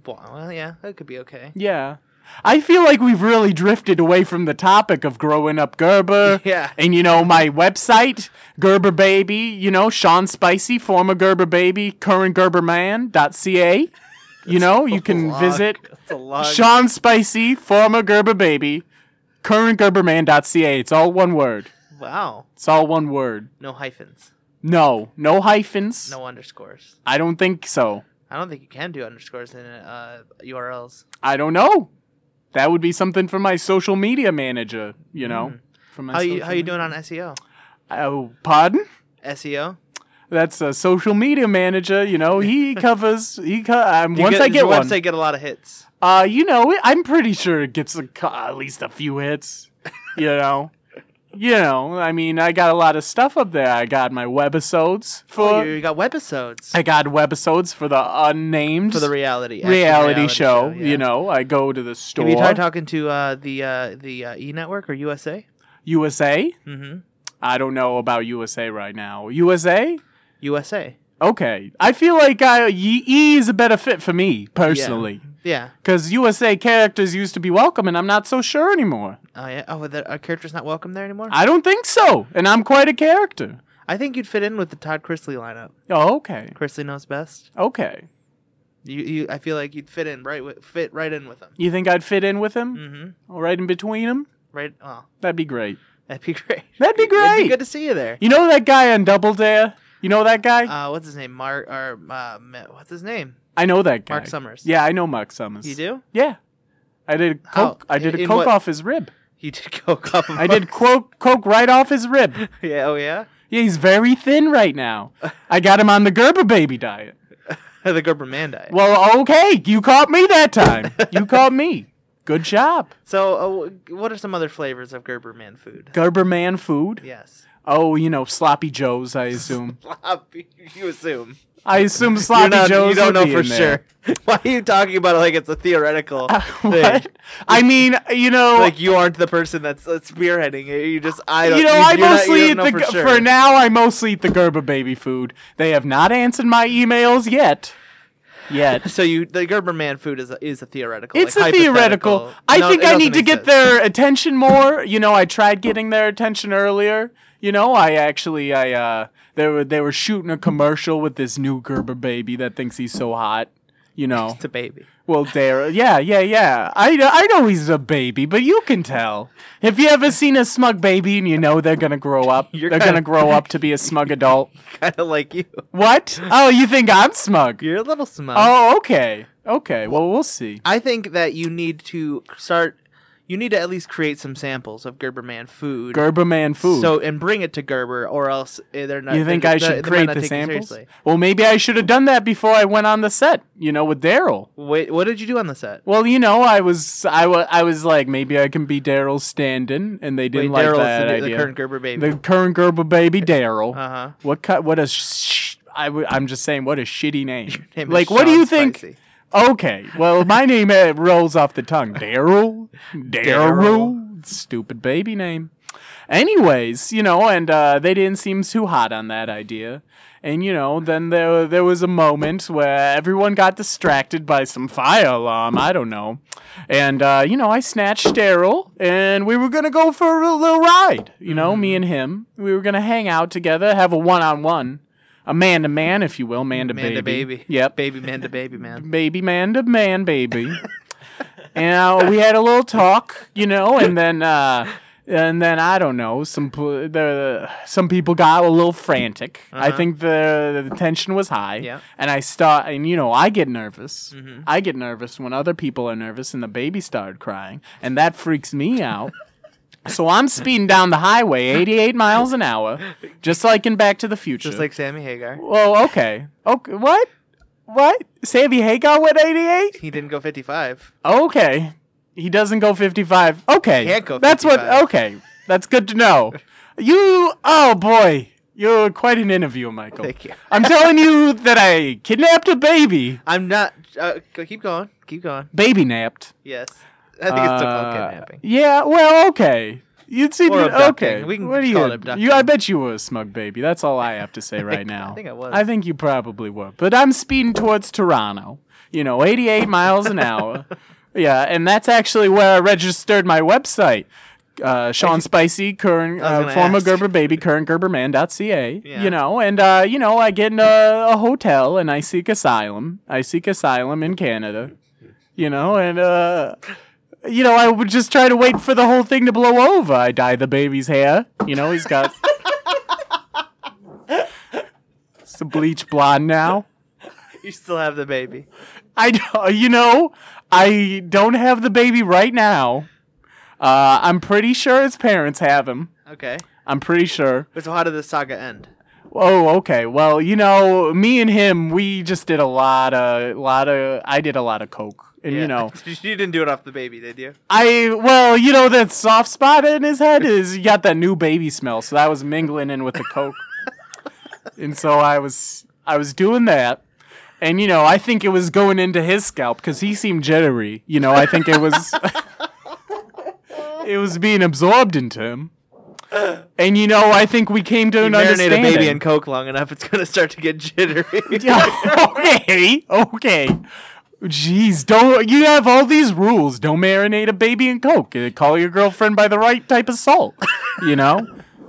Speaker 2: well, well, yeah, that could be okay.
Speaker 3: Yeah. I feel like we've really drifted away from the topic of growing up Gerber.
Speaker 2: Yeah.
Speaker 3: And you know, my website, Gerber Baby, you know, Sean Spicy, former Gerber Baby, current GerberMan.ca. You know, you can
Speaker 2: Long-
Speaker 3: visit
Speaker 2: (laughs) That's a long.
Speaker 3: Sean Spicy, former Gerber Baby, current GerberMan.ca. It's all one word.
Speaker 2: Wow.
Speaker 3: It's all one word.
Speaker 2: No hyphens.
Speaker 3: No, no hyphens.
Speaker 2: No underscores.
Speaker 3: I don't think so.
Speaker 2: I don't think you can do underscores in uh, URLs.
Speaker 3: I don't know. That would be something for my social media manager, you know. for my
Speaker 2: Mm. How you
Speaker 3: social
Speaker 2: how you
Speaker 3: media.
Speaker 2: doing on E SEO?
Speaker 3: Oh, pardon?
Speaker 2: SEO.
Speaker 3: That's a social media manager. You know,
Speaker 2: (laughs)
Speaker 3: he covers. He co- um,
Speaker 2: Do you
Speaker 3: once I
Speaker 2: does
Speaker 3: get
Speaker 2: your
Speaker 3: one,
Speaker 2: website get a lot of hits.
Speaker 3: uh, you know, I'm pretty sure it gets a, co- at least a few hits. You know, you know, I mean, I got a lot of stuff up there. I got my webisodes for.
Speaker 2: Oh, you, you got webisodes
Speaker 3: I got webisodes for the unnamed
Speaker 2: for the reality actual
Speaker 3: reality, show.
Speaker 2: yeah.
Speaker 3: You know, I go to the store.
Speaker 2: Have you tried talking to uh, the uh, the uh, E Network or USA?
Speaker 3: USA?
Speaker 2: Mm-hmm.
Speaker 3: I don't know about USA right now. USA?
Speaker 2: USA.
Speaker 3: Okay. I feel like I, E E is a better fit for me personally.
Speaker 2: Yeah.
Speaker 3: Because USA characters used to be welcome, and I'm not so sure anymore.
Speaker 2: Oh, yeah. Oh, the, our character's not welcome there anymore. I,
Speaker 3: I don't think so, and I'm quite a character.
Speaker 2: think you'd fit in with the Todd Chrisley lineup.
Speaker 3: Oh, okay.
Speaker 2: Chrisley knows best.
Speaker 3: Okay.
Speaker 2: You, you I feel like you'd fit in right with, fit right in with him.
Speaker 3: You think I'd fit in with him?
Speaker 2: Mm-hmm.
Speaker 3: Or Right in between him?
Speaker 2: Right. Oh,
Speaker 3: That'd be great.
Speaker 2: that'd be (laughs) great.
Speaker 3: That'd be
Speaker 2: It'd
Speaker 3: great.
Speaker 2: be good to see you there.
Speaker 3: you know that guy on Double Dare? You know that guy?
Speaker 2: Uh, what's his name? Mark or uh, Ma- what's his name?
Speaker 3: I know that guy.
Speaker 2: Mark Summers.
Speaker 3: Yeah, I know Mark Summers.
Speaker 2: You do?
Speaker 3: Yeah. I did a
Speaker 2: How?
Speaker 3: coke. I did a
Speaker 2: In
Speaker 3: coke
Speaker 2: what-
Speaker 3: off his rib.
Speaker 2: You did (laughs) coke off. Of
Speaker 3: I did coke coke right off his rib.
Speaker 2: yeah. Oh yeah. (laughs)
Speaker 3: Yeah, he's very thin right now. I got him on the Gerber baby diet.
Speaker 2: the Gerber Man diet.
Speaker 3: Well, okay, you caught me that time. You caught me. Good job.
Speaker 2: So, uh, w- what are some other flavors of Gerber Man food?
Speaker 3: Gerber man food. (laughs)
Speaker 2: Yes.
Speaker 3: Oh, you know, sloppy joes, I assume.
Speaker 2: Sloppy, you assume.
Speaker 3: I
Speaker 2: (laughs)
Speaker 3: assume
Speaker 2: You're
Speaker 3: sloppy
Speaker 2: not-
Speaker 3: joes.
Speaker 2: you don't
Speaker 3: would
Speaker 2: know
Speaker 3: be
Speaker 2: for
Speaker 3: in there.
Speaker 2: sure. (laughs) Why are you talking about it like it's a theoretical thing?
Speaker 3: (laughs) What? I mean, you know,
Speaker 2: Like you aren't the person that's uh, spearheading it. You just I don't.
Speaker 3: you know,
Speaker 2: you,
Speaker 3: I
Speaker 2: you're not-
Speaker 3: mostly
Speaker 2: you
Speaker 3: eat
Speaker 2: don't
Speaker 3: the
Speaker 2: know
Speaker 3: Ge-
Speaker 2: for, sure.
Speaker 3: for now. I mostly eat the Gerber baby food. They have not answered my emails yet.
Speaker 2: (laughs)
Speaker 3: Yet.
Speaker 2: So you, the Gerber Man food is a, is a theoretical.
Speaker 3: It's
Speaker 2: like
Speaker 3: a theoretical. I
Speaker 2: No,
Speaker 3: think
Speaker 2: it
Speaker 3: I need to
Speaker 2: doesn't
Speaker 3: get
Speaker 2: exist.
Speaker 3: their attention more. You know, I tried getting their attention earlier. You know, I actually, I uh, they were they were shooting a commercial with this new Gerber baby that thinks he's so hot. You know,
Speaker 2: It's a baby. (laughs)
Speaker 3: well, Dara, yeah, yeah, yeah. I I know he's a baby, but you can tell. Have you ever seen a smug baby and you know they're gonna grow up?
Speaker 2: You're
Speaker 3: they're
Speaker 2: kinda-
Speaker 3: gonna grow up to be a smug adult.
Speaker 2: Kind of like you.
Speaker 3: What? Oh, you think I'm smug?
Speaker 2: You're a little smug.
Speaker 3: Oh, okay, okay. Well, we'll see.
Speaker 2: I think that you need to start. You need to at least create some samples of Gerber Man food.
Speaker 3: Gerber man food.
Speaker 2: So and bring it to Gerber, or else eh, they're not.
Speaker 3: you think
Speaker 2: they're-
Speaker 3: I
Speaker 2: they-
Speaker 3: should
Speaker 2: they might
Speaker 3: create
Speaker 2: not
Speaker 3: the
Speaker 2: take you
Speaker 3: samples?
Speaker 2: seriously.
Speaker 3: Well, maybe I should have done that before I went on the set. You know, with Daryl.
Speaker 2: Wait, what did you do on the set?
Speaker 3: Well, you know, I was I wa- I was like maybe I can be Daryl Standin, and they
Speaker 2: Wait,
Speaker 3: didn't like
Speaker 2: Daryl's
Speaker 3: that
Speaker 2: the,
Speaker 3: idea.
Speaker 2: the current Gerber baby.
Speaker 3: The current Gerber baby Daryl.
Speaker 2: Uh-huh.
Speaker 3: What cut? What a sh- I w- I'm just saying, what a shitty
Speaker 2: (laughs)
Speaker 3: name.
Speaker 2: Name is
Speaker 3: like, what do
Speaker 2: Sean
Speaker 3: you think?
Speaker 2: Spicy.
Speaker 3: Okay, well, my name uh, rolls off the tongue. Daryl,
Speaker 2: Daryl.
Speaker 3: Daryl, stupid baby name. Anyways, you know, and uh, they didn't seem too hot on that idea. And you know, then there there was a moment where everyone got distracted by some fire alarm. I don't know, and uh, you know, I snatched Daryl, and we were gonna go for a little ride. You know, me and him, we were gonna hang out together, have a one on one, a man to man, if you will, man to
Speaker 2: Man
Speaker 3: baby.
Speaker 2: to baby.
Speaker 3: Yep,
Speaker 2: Baby man to baby
Speaker 3: (laughs)
Speaker 2: man.
Speaker 3: baby man to man baby and uh, we had a little talk you know and then uh and then I don't know. Some pl- the some people got a little frantic. I
Speaker 2: Uh-huh.
Speaker 3: think the, the tension was high.
Speaker 2: Yeah. Mm-hmm.
Speaker 3: And I start, and you know, I get nervous. I get nervous when other people are nervous, and the baby started crying, and that freaks me out. so I'm speeding down the highway, 88 miles an hour, just like in Back to the Future.
Speaker 2: Just like Sammy Hagar.
Speaker 3: Well, okay. Okay, what? What? Sammy Hagar went 88?
Speaker 2: He didn't go 55.
Speaker 3: Okay. He doesn't go 55. Okay.
Speaker 2: Can't go
Speaker 3: That's what
Speaker 2: 55.
Speaker 3: okay. That's good to know. You oh boy. You're quite an interview, Michael.
Speaker 2: Thank you.
Speaker 3: I'm telling you that I kidnapped a baby.
Speaker 2: I'm not. Uh, go- keep going. Keep going.
Speaker 3: Baby napped.
Speaker 2: Yes. (laughs) I think it's still called
Speaker 3: Uh,
Speaker 2: kidnapping.
Speaker 3: Yeah, well, okay. You'd see
Speaker 2: Or
Speaker 3: okay.
Speaker 2: abducting. We can
Speaker 3: what are
Speaker 2: just
Speaker 3: you?
Speaker 2: call it abducting.
Speaker 3: you I bet you were a smug baby. That's all I have to say right
Speaker 2: think- (laughs) I
Speaker 3: now.
Speaker 2: think I was.
Speaker 3: I think you probably were. But I'm speeding towards Toronto. You know, 88 miles an hour. (laughs) Yeah, and that's actually where I registered my website. Uh,
Speaker 2: (laughs)
Speaker 3: Sean Spicy, current
Speaker 2: I was
Speaker 3: uh,
Speaker 2: gonna
Speaker 3: former
Speaker 2: ask.
Speaker 3: Gerber baby, current Gerberman.ca.
Speaker 2: Yeah.
Speaker 3: You know, and uh, you know, I get in a, a hotel and I seek asylum. I seek asylum in Canada you know, and uh, you know, I would just try to wait for the whole thing to blow over. I dye the baby's hair. You know, he's got (laughs) it's a bleach blonde now.
Speaker 2: You still have the baby.
Speaker 3: I, d- you know, I don't have the baby right now. Uh, I'm pretty sure his parents have him.
Speaker 2: Okay.
Speaker 3: I'm pretty sure.
Speaker 2: So how did the saga end?
Speaker 3: Oh, okay. Well, you know, me and him, we just did a lot of, lot of. I did a lot of coke. and you know,
Speaker 2: (laughs) you didn't do it off the baby, did you?
Speaker 3: I well, you know that soft spot in his head is you got that new baby smell, so that was mingling in with the coke, and so I was I was doing that, and you know I think it was going into his scalp because he seemed jittery. You know I think it was (laughs) it was being absorbed into him, and you know I think we came to an
Speaker 2: Marinate a
Speaker 3: understanding.
Speaker 2: baby in coke long enough, it's gonna start to
Speaker 3: (laughs)
Speaker 2: get jittery. (laughs)
Speaker 3: okay, okay. Jeez, don't you have all these rules? Don't marinate a baby in coke. Uh, Call your girlfriend by the right type of salt. (laughs) You know.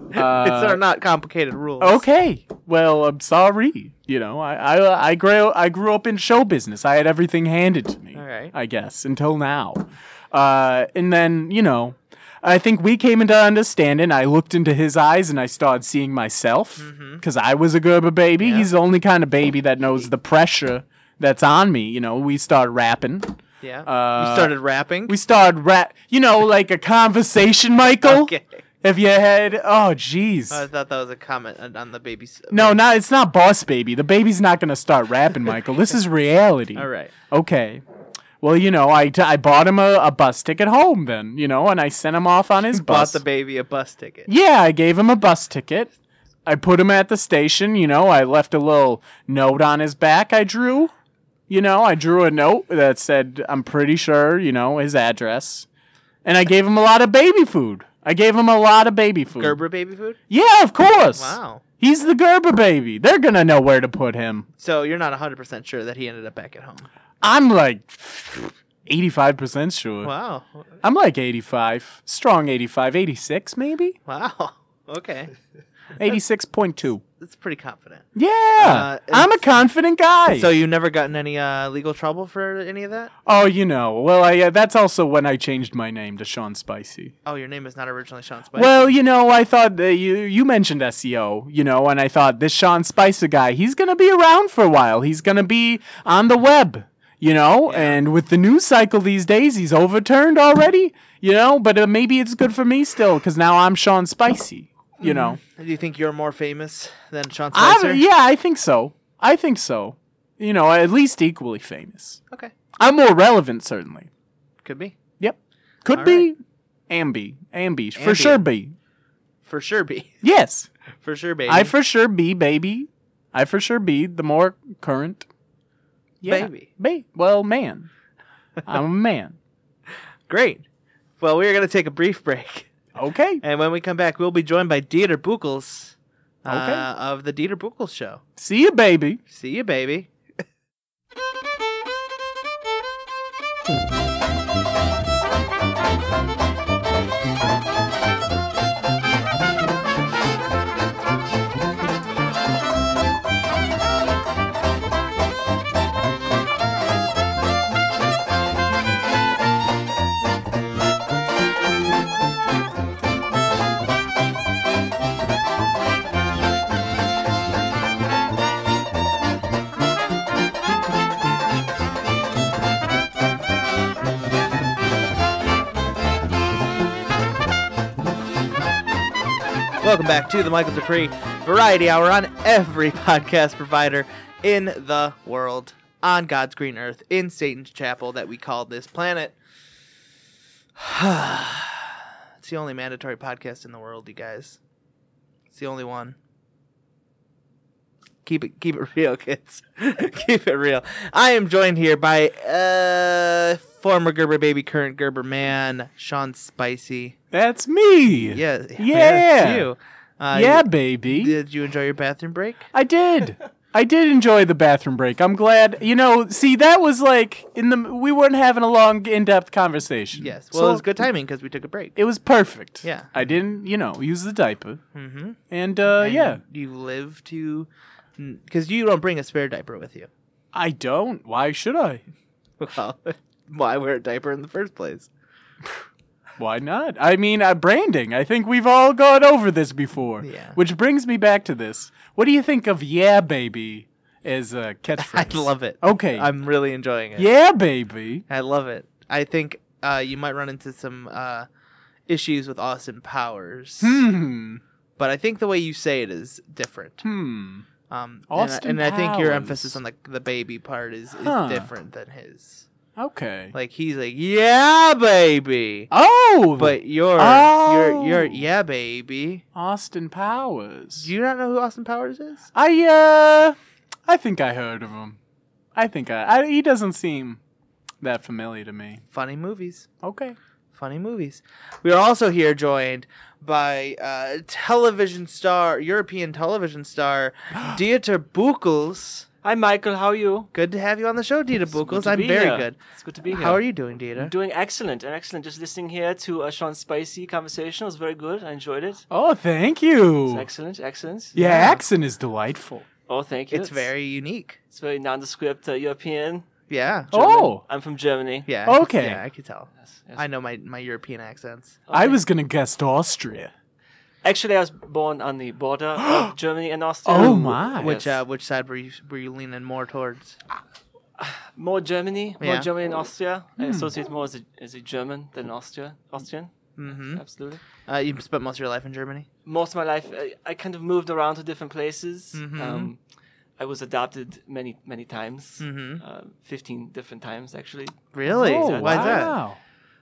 Speaker 2: These
Speaker 3: Uh,
Speaker 2: are not complicated rules.
Speaker 3: okay. Well, I'm sorry. You know, I I I grew I grew up in show business. I had everything handed to me.
Speaker 2: All right.
Speaker 3: I guess until now. Uh, and then you know, I think we came into understanding. I looked into his eyes and I started seeing myself
Speaker 2: Mm-hmm.
Speaker 3: because I was a Gerber baby. He's the only kind of baby that knows the pressure that's on me. You know, we start rapping.
Speaker 2: Yeah. you
Speaker 3: Uh,
Speaker 2: started rapping.
Speaker 3: We started rap. You know, like a conversation, Michael.
Speaker 2: okay. Uh,
Speaker 3: Have you had? Oh, jeez.
Speaker 2: I thought that was a comment on- on the baby's.
Speaker 3: no, not it's not boss baby. The baby's not gonna start rapping, Michael. This is reality.
Speaker 2: All right.
Speaker 3: Okay. Well, you know, I, t- I bought him a, a bus ticket home then, you know, and I sent him off on his
Speaker 2: (laughs) Bought
Speaker 3: bus.
Speaker 2: the baby a bus ticket.
Speaker 3: yeah, I gave him a bus ticket. I put him at the station, you know, I left a little note on his back I drew. You know, I drew a note that said, I'm pretty sure, you know, his address. And I gave him a lot of baby food. I gave him a lot of baby food.
Speaker 2: Gerber baby food.
Speaker 3: Yeah, of course.
Speaker 2: Wow.
Speaker 3: He's the Gerber baby. They're going to know where to put him.
Speaker 2: So you're not 100 percent sure that he ended up back at home.
Speaker 3: I'm like 85% sure.
Speaker 2: Wow.
Speaker 3: I'm like 85, strong 85, 86 maybe,
Speaker 2: Wow. (laughs) Okay.
Speaker 3: 86.2.
Speaker 2: That's pretty confident.
Speaker 3: Yeah,
Speaker 2: Uh,
Speaker 3: I'm a confident guy.
Speaker 2: So you never got in any uh, legal trouble for any of that?
Speaker 3: oh, you know, well, I, uh, that's also when I changed my name to Sean Spicy.
Speaker 2: Oh, your name is not originally Sean Spicer.
Speaker 3: Well, you know, I thought that you you mentioned SEO, you know, and I thought this Sean Spicer guy, he's gonna be around for a while. He's gonna be on the web, you know, and with the news cycle these days, he's overturned already, you know. But uh, maybe it's good for me still because now I'm Sean Spicy, you know.
Speaker 2: do you think you're more famous than Sean Mm-hmm. Spicer?
Speaker 3: I, yeah, I think so. I think so. You know, at least equally famous.
Speaker 2: Okay.
Speaker 3: I'm more relevant, certainly.
Speaker 2: Could be.
Speaker 3: Yep. Could
Speaker 2: All
Speaker 3: be. Ambi. Ambi. For
Speaker 2: Ambi.
Speaker 3: sure be.
Speaker 2: For sure be. (laughs)
Speaker 3: Yes.
Speaker 2: For sure baby.
Speaker 3: I for sure be, baby. I for sure be the more current.
Speaker 2: Baby.
Speaker 3: Ba- well, man. I'm a
Speaker 2: (laughs)
Speaker 3: man.
Speaker 2: Great. Well, we're going to take a brief break.
Speaker 3: Okay.
Speaker 2: And when we come back, we'll be joined by Dieter Buchels
Speaker 3: Okay.
Speaker 2: uh, of The Dieter Buchels Show.
Speaker 3: See you, baby.
Speaker 2: See you, baby. Welcome back to the Michael Dupree Variety Hour on every (laughs) podcast provider in the world, on God's green earth, in Satan's chapel that we call this planet. (sighs) it's the only mandatory podcast in the world, you guys. It's the only one. Keep it, keep it (laughs) real, kids. keep it real. I am joined here by uh, former Gerber baby, current Gerber man, Sean Spicy.
Speaker 3: That's me.
Speaker 2: Yeah, yeah,
Speaker 3: Yeah.
Speaker 2: it's you. Uh,
Speaker 3: yeah, baby.
Speaker 2: Did you enjoy your bathroom break?
Speaker 3: I did. I did enjoy the bathroom break. I'm glad. You know, see, that was like in the we weren't having a long, in-depth conversation.
Speaker 2: Yes. Well,
Speaker 3: So
Speaker 2: it was good timing because we took a break.
Speaker 3: It was perfect.
Speaker 2: Yeah.
Speaker 3: I didn't, you know, use the diaper,
Speaker 2: Mm-hmm.
Speaker 3: and uh, yeah,
Speaker 2: You live to, because you don't bring a spare diaper with you.
Speaker 3: I don't. Why should I?
Speaker 2: Well, (laughs) why wear a diaper in the first place?
Speaker 3: (laughs) Why not? I mean, uh, branding. I think we've all gone over this before.
Speaker 2: Yeah.
Speaker 3: Which brings me back to this. What do you think of "Yeah, baby" as
Speaker 2: (laughs)
Speaker 3: a
Speaker 2: I
Speaker 3: catchphrase?
Speaker 2: love it.
Speaker 3: Okay.
Speaker 2: I'm really enjoying it.
Speaker 3: Yeah, baby.
Speaker 2: I love it. I think uh, you might run into some uh, issues with Austin Powers,
Speaker 3: Hmm.
Speaker 2: but I think the way you say it is different.
Speaker 3: Hmm.
Speaker 2: Um, and I-
Speaker 3: Austin
Speaker 2: and I, think your
Speaker 3: Powers.
Speaker 2: emphasis on the the baby part is, is
Speaker 3: Huh.
Speaker 2: different than his.
Speaker 3: Okay.
Speaker 2: Like he's like, yeah, baby.
Speaker 3: oh,
Speaker 2: But you're
Speaker 3: Oh.
Speaker 2: you're you're yeah, baby.
Speaker 3: Austin Powers.
Speaker 2: Do you not know who Austin Powers is?
Speaker 3: I uh, I think I heard of him. I think I, I he doesn't seem that familiar to me.
Speaker 2: Funny movies.
Speaker 3: Okay.
Speaker 2: Funny movies. We are also here joined by uh, television star, European television
Speaker 4: (gasps)
Speaker 2: star, Dieter Buchels.
Speaker 4: Hi, Michael. How are you?
Speaker 2: Good to have you on the show, Dieter
Speaker 4: It's good
Speaker 2: Buchels.
Speaker 4: to
Speaker 2: I'm
Speaker 4: be
Speaker 2: very
Speaker 4: here.
Speaker 2: good.
Speaker 4: It's good to be here.
Speaker 2: How are you doing,
Speaker 4: I'm
Speaker 2: Dieter?
Speaker 4: doing excellent. and excellent. Just listening here to uh, Sean's spicy conversation It was very good. I enjoyed it.
Speaker 3: Oh, thank
Speaker 4: It's
Speaker 3: you.
Speaker 4: excellent. Excellent.
Speaker 3: Your accent is delightful.
Speaker 4: Oh, thank you.
Speaker 2: It's very unique.
Speaker 4: It's very nondescript uh, European.
Speaker 2: Yeah.
Speaker 3: Oh,
Speaker 4: I'm from Germany.
Speaker 2: Yeah. I could-
Speaker 3: Okay.
Speaker 2: Yeah, I could tell.
Speaker 4: Yes, yes.
Speaker 2: I know my, my European accents.
Speaker 3: I
Speaker 4: Okay.
Speaker 3: was gonna guess Austria.
Speaker 4: actually I was born on the border
Speaker 2: (gasps)
Speaker 4: of Germany and Austria.
Speaker 3: Oh my.
Speaker 2: Which
Speaker 4: Yes.
Speaker 2: uh, which side were you were you leaning more towards?
Speaker 4: More Germany, more
Speaker 2: Yeah.
Speaker 4: Germany and Austria. I associate more as a, as a German than Austria. Austrian,
Speaker 2: hmm
Speaker 4: absolutely.
Speaker 2: Uh, you spent most of your life in Germany.
Speaker 4: Most of my life, I, I kind of moved around to different places.
Speaker 2: Mhm.
Speaker 4: Um, I was adopted many, many times.
Speaker 2: Mm-hmm.
Speaker 4: Uh, 15 different times, actually.
Speaker 2: Really?
Speaker 3: Oh,
Speaker 2: Why
Speaker 3: wow.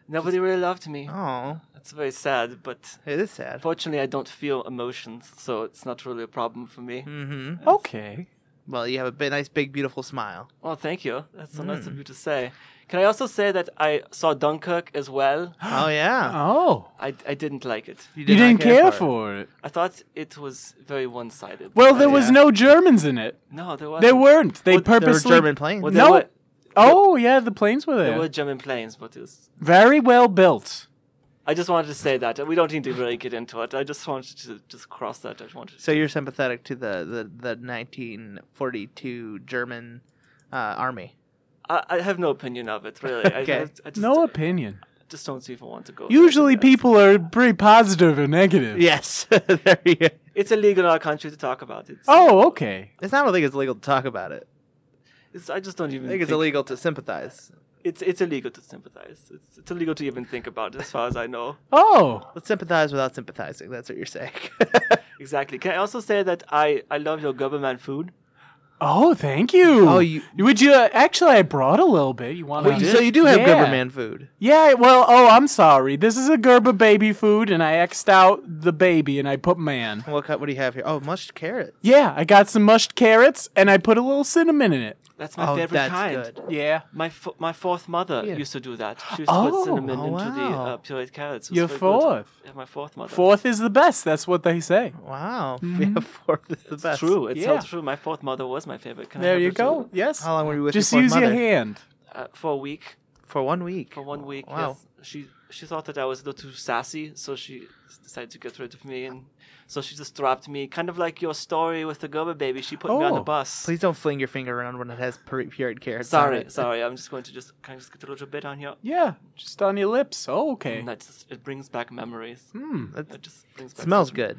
Speaker 4: Nobody really loved me.
Speaker 2: is that? Oh,
Speaker 4: That's very sad, but
Speaker 2: it is sad.
Speaker 4: fortunately, I don't feel emotions, so it's not really a problem for me.
Speaker 2: Mm-hmm.
Speaker 3: Okay.
Speaker 2: Well, you have a bi- nice, big, beautiful (gasps) smile.
Speaker 4: Well, thank you. That's so nice of you to say. Can I also say that I saw Dunkirk as well?
Speaker 2: Oh yeah.
Speaker 3: Oh,
Speaker 4: I, I didn't like it.
Speaker 3: you didn't care
Speaker 2: it. Oh,
Speaker 3: for it.
Speaker 4: I thought it was very one-sided.
Speaker 3: Well, there was
Speaker 2: yeah.
Speaker 3: no Germans in it.
Speaker 4: no, there was
Speaker 3: They weren't. They
Speaker 2: Well, there were
Speaker 3: purposely.
Speaker 2: German planes.
Speaker 4: Well, there
Speaker 3: No.
Speaker 4: were,
Speaker 3: Oh yeah, the planes were
Speaker 4: there
Speaker 3: there.
Speaker 4: were German planes, but it was,
Speaker 3: Very well built.
Speaker 4: I just wanted to say that we don't need to really get into it. I just wanted to just cross that. I just wanted. To,
Speaker 2: So you're sympathetic to the the, the 1942 German uh, army.
Speaker 4: I, I have no opinion of it really. I- I,
Speaker 2: Okay.
Speaker 4: I just,
Speaker 3: No opinion.
Speaker 4: just don't see if I want to go. there,
Speaker 3: Usually,
Speaker 4: to be honest.
Speaker 3: people are pretty positive or negative.
Speaker 2: Yes. (laughs) there you go.
Speaker 4: It's illegal in our country to talk about it. so
Speaker 3: Oh, okay.
Speaker 2: It's not. I don't think it's legal to talk about it.
Speaker 4: It's, I just don't
Speaker 2: I
Speaker 4: even.
Speaker 2: think it's illegal to sympathize.
Speaker 4: It's it's illegal to sympathize. It's, it's illegal to even think about it, as far as I know.
Speaker 3: Oh,
Speaker 2: Let's sympathize without sympathizing. That's what you're saying.
Speaker 4: Exactly. Can I also say that I I love your Goberman food?
Speaker 3: oh, thank you.
Speaker 2: Oh, you-
Speaker 3: would you actually? I brought a little bit. You want
Speaker 2: (laughs) (laughs) Well, you- so you do have Gerberman food.
Speaker 3: Yeah. Well, oh, I'm sorry. This is a Gerber baby food, and I xed out the baby, and I put man.
Speaker 2: What cut? What do you have here? Oh, mushed carrot.
Speaker 3: Yeah, I got some mushed carrots, and I put a little cinnamon in it.
Speaker 4: That's my
Speaker 2: oh,
Speaker 4: favorite
Speaker 2: that's
Speaker 4: kind.
Speaker 2: good.
Speaker 3: Yeah.
Speaker 4: My f- my fourth mother
Speaker 2: Yeah.
Speaker 4: used to do that. She used to
Speaker 3: Oh,
Speaker 4: put cinnamon
Speaker 2: oh,
Speaker 4: into the
Speaker 2: wow.
Speaker 4: uh, pureed carrots. It was
Speaker 3: Your
Speaker 4: very good.
Speaker 3: fourth.
Speaker 4: Yeah, my fourth mother.
Speaker 3: Fourth is the best. That's what they say.
Speaker 2: Wow. (laughs) Yeah, fourth is the
Speaker 4: It's
Speaker 2: best.
Speaker 4: true. It's
Speaker 3: Yeah.
Speaker 4: held true. My fourth mother was my favorite. Can I
Speaker 3: There
Speaker 4: have
Speaker 3: you
Speaker 4: her
Speaker 3: go.
Speaker 4: too?
Speaker 3: Yes.
Speaker 2: How long were you with
Speaker 3: Just
Speaker 2: your
Speaker 3: use
Speaker 2: fourth
Speaker 3: your
Speaker 2: mother?
Speaker 3: hand.
Speaker 4: Uh, for a week.
Speaker 2: for one week?
Speaker 4: For one week.
Speaker 2: Wow.
Speaker 4: Yes. She she thought that I was a little too sassy, so she s- decided to get rid of me, and so she just dropped me, kind of like your story with the Goba baby. She put me on the
Speaker 3: Oh,
Speaker 4: bus.
Speaker 2: Please don't fling your finger around when it has pur- pureed carrots. on
Speaker 4: Sorry,
Speaker 2: it.
Speaker 4: sorry. I'm just going to just kind of just get a little bit on here.
Speaker 3: Yeah, just on your lips. Oh, okay.
Speaker 4: And that just, it brings back memories.
Speaker 3: Hmm.
Speaker 2: That's-
Speaker 4: It just brings
Speaker 2: It
Speaker 4: back
Speaker 2: smells
Speaker 4: such-
Speaker 2: good.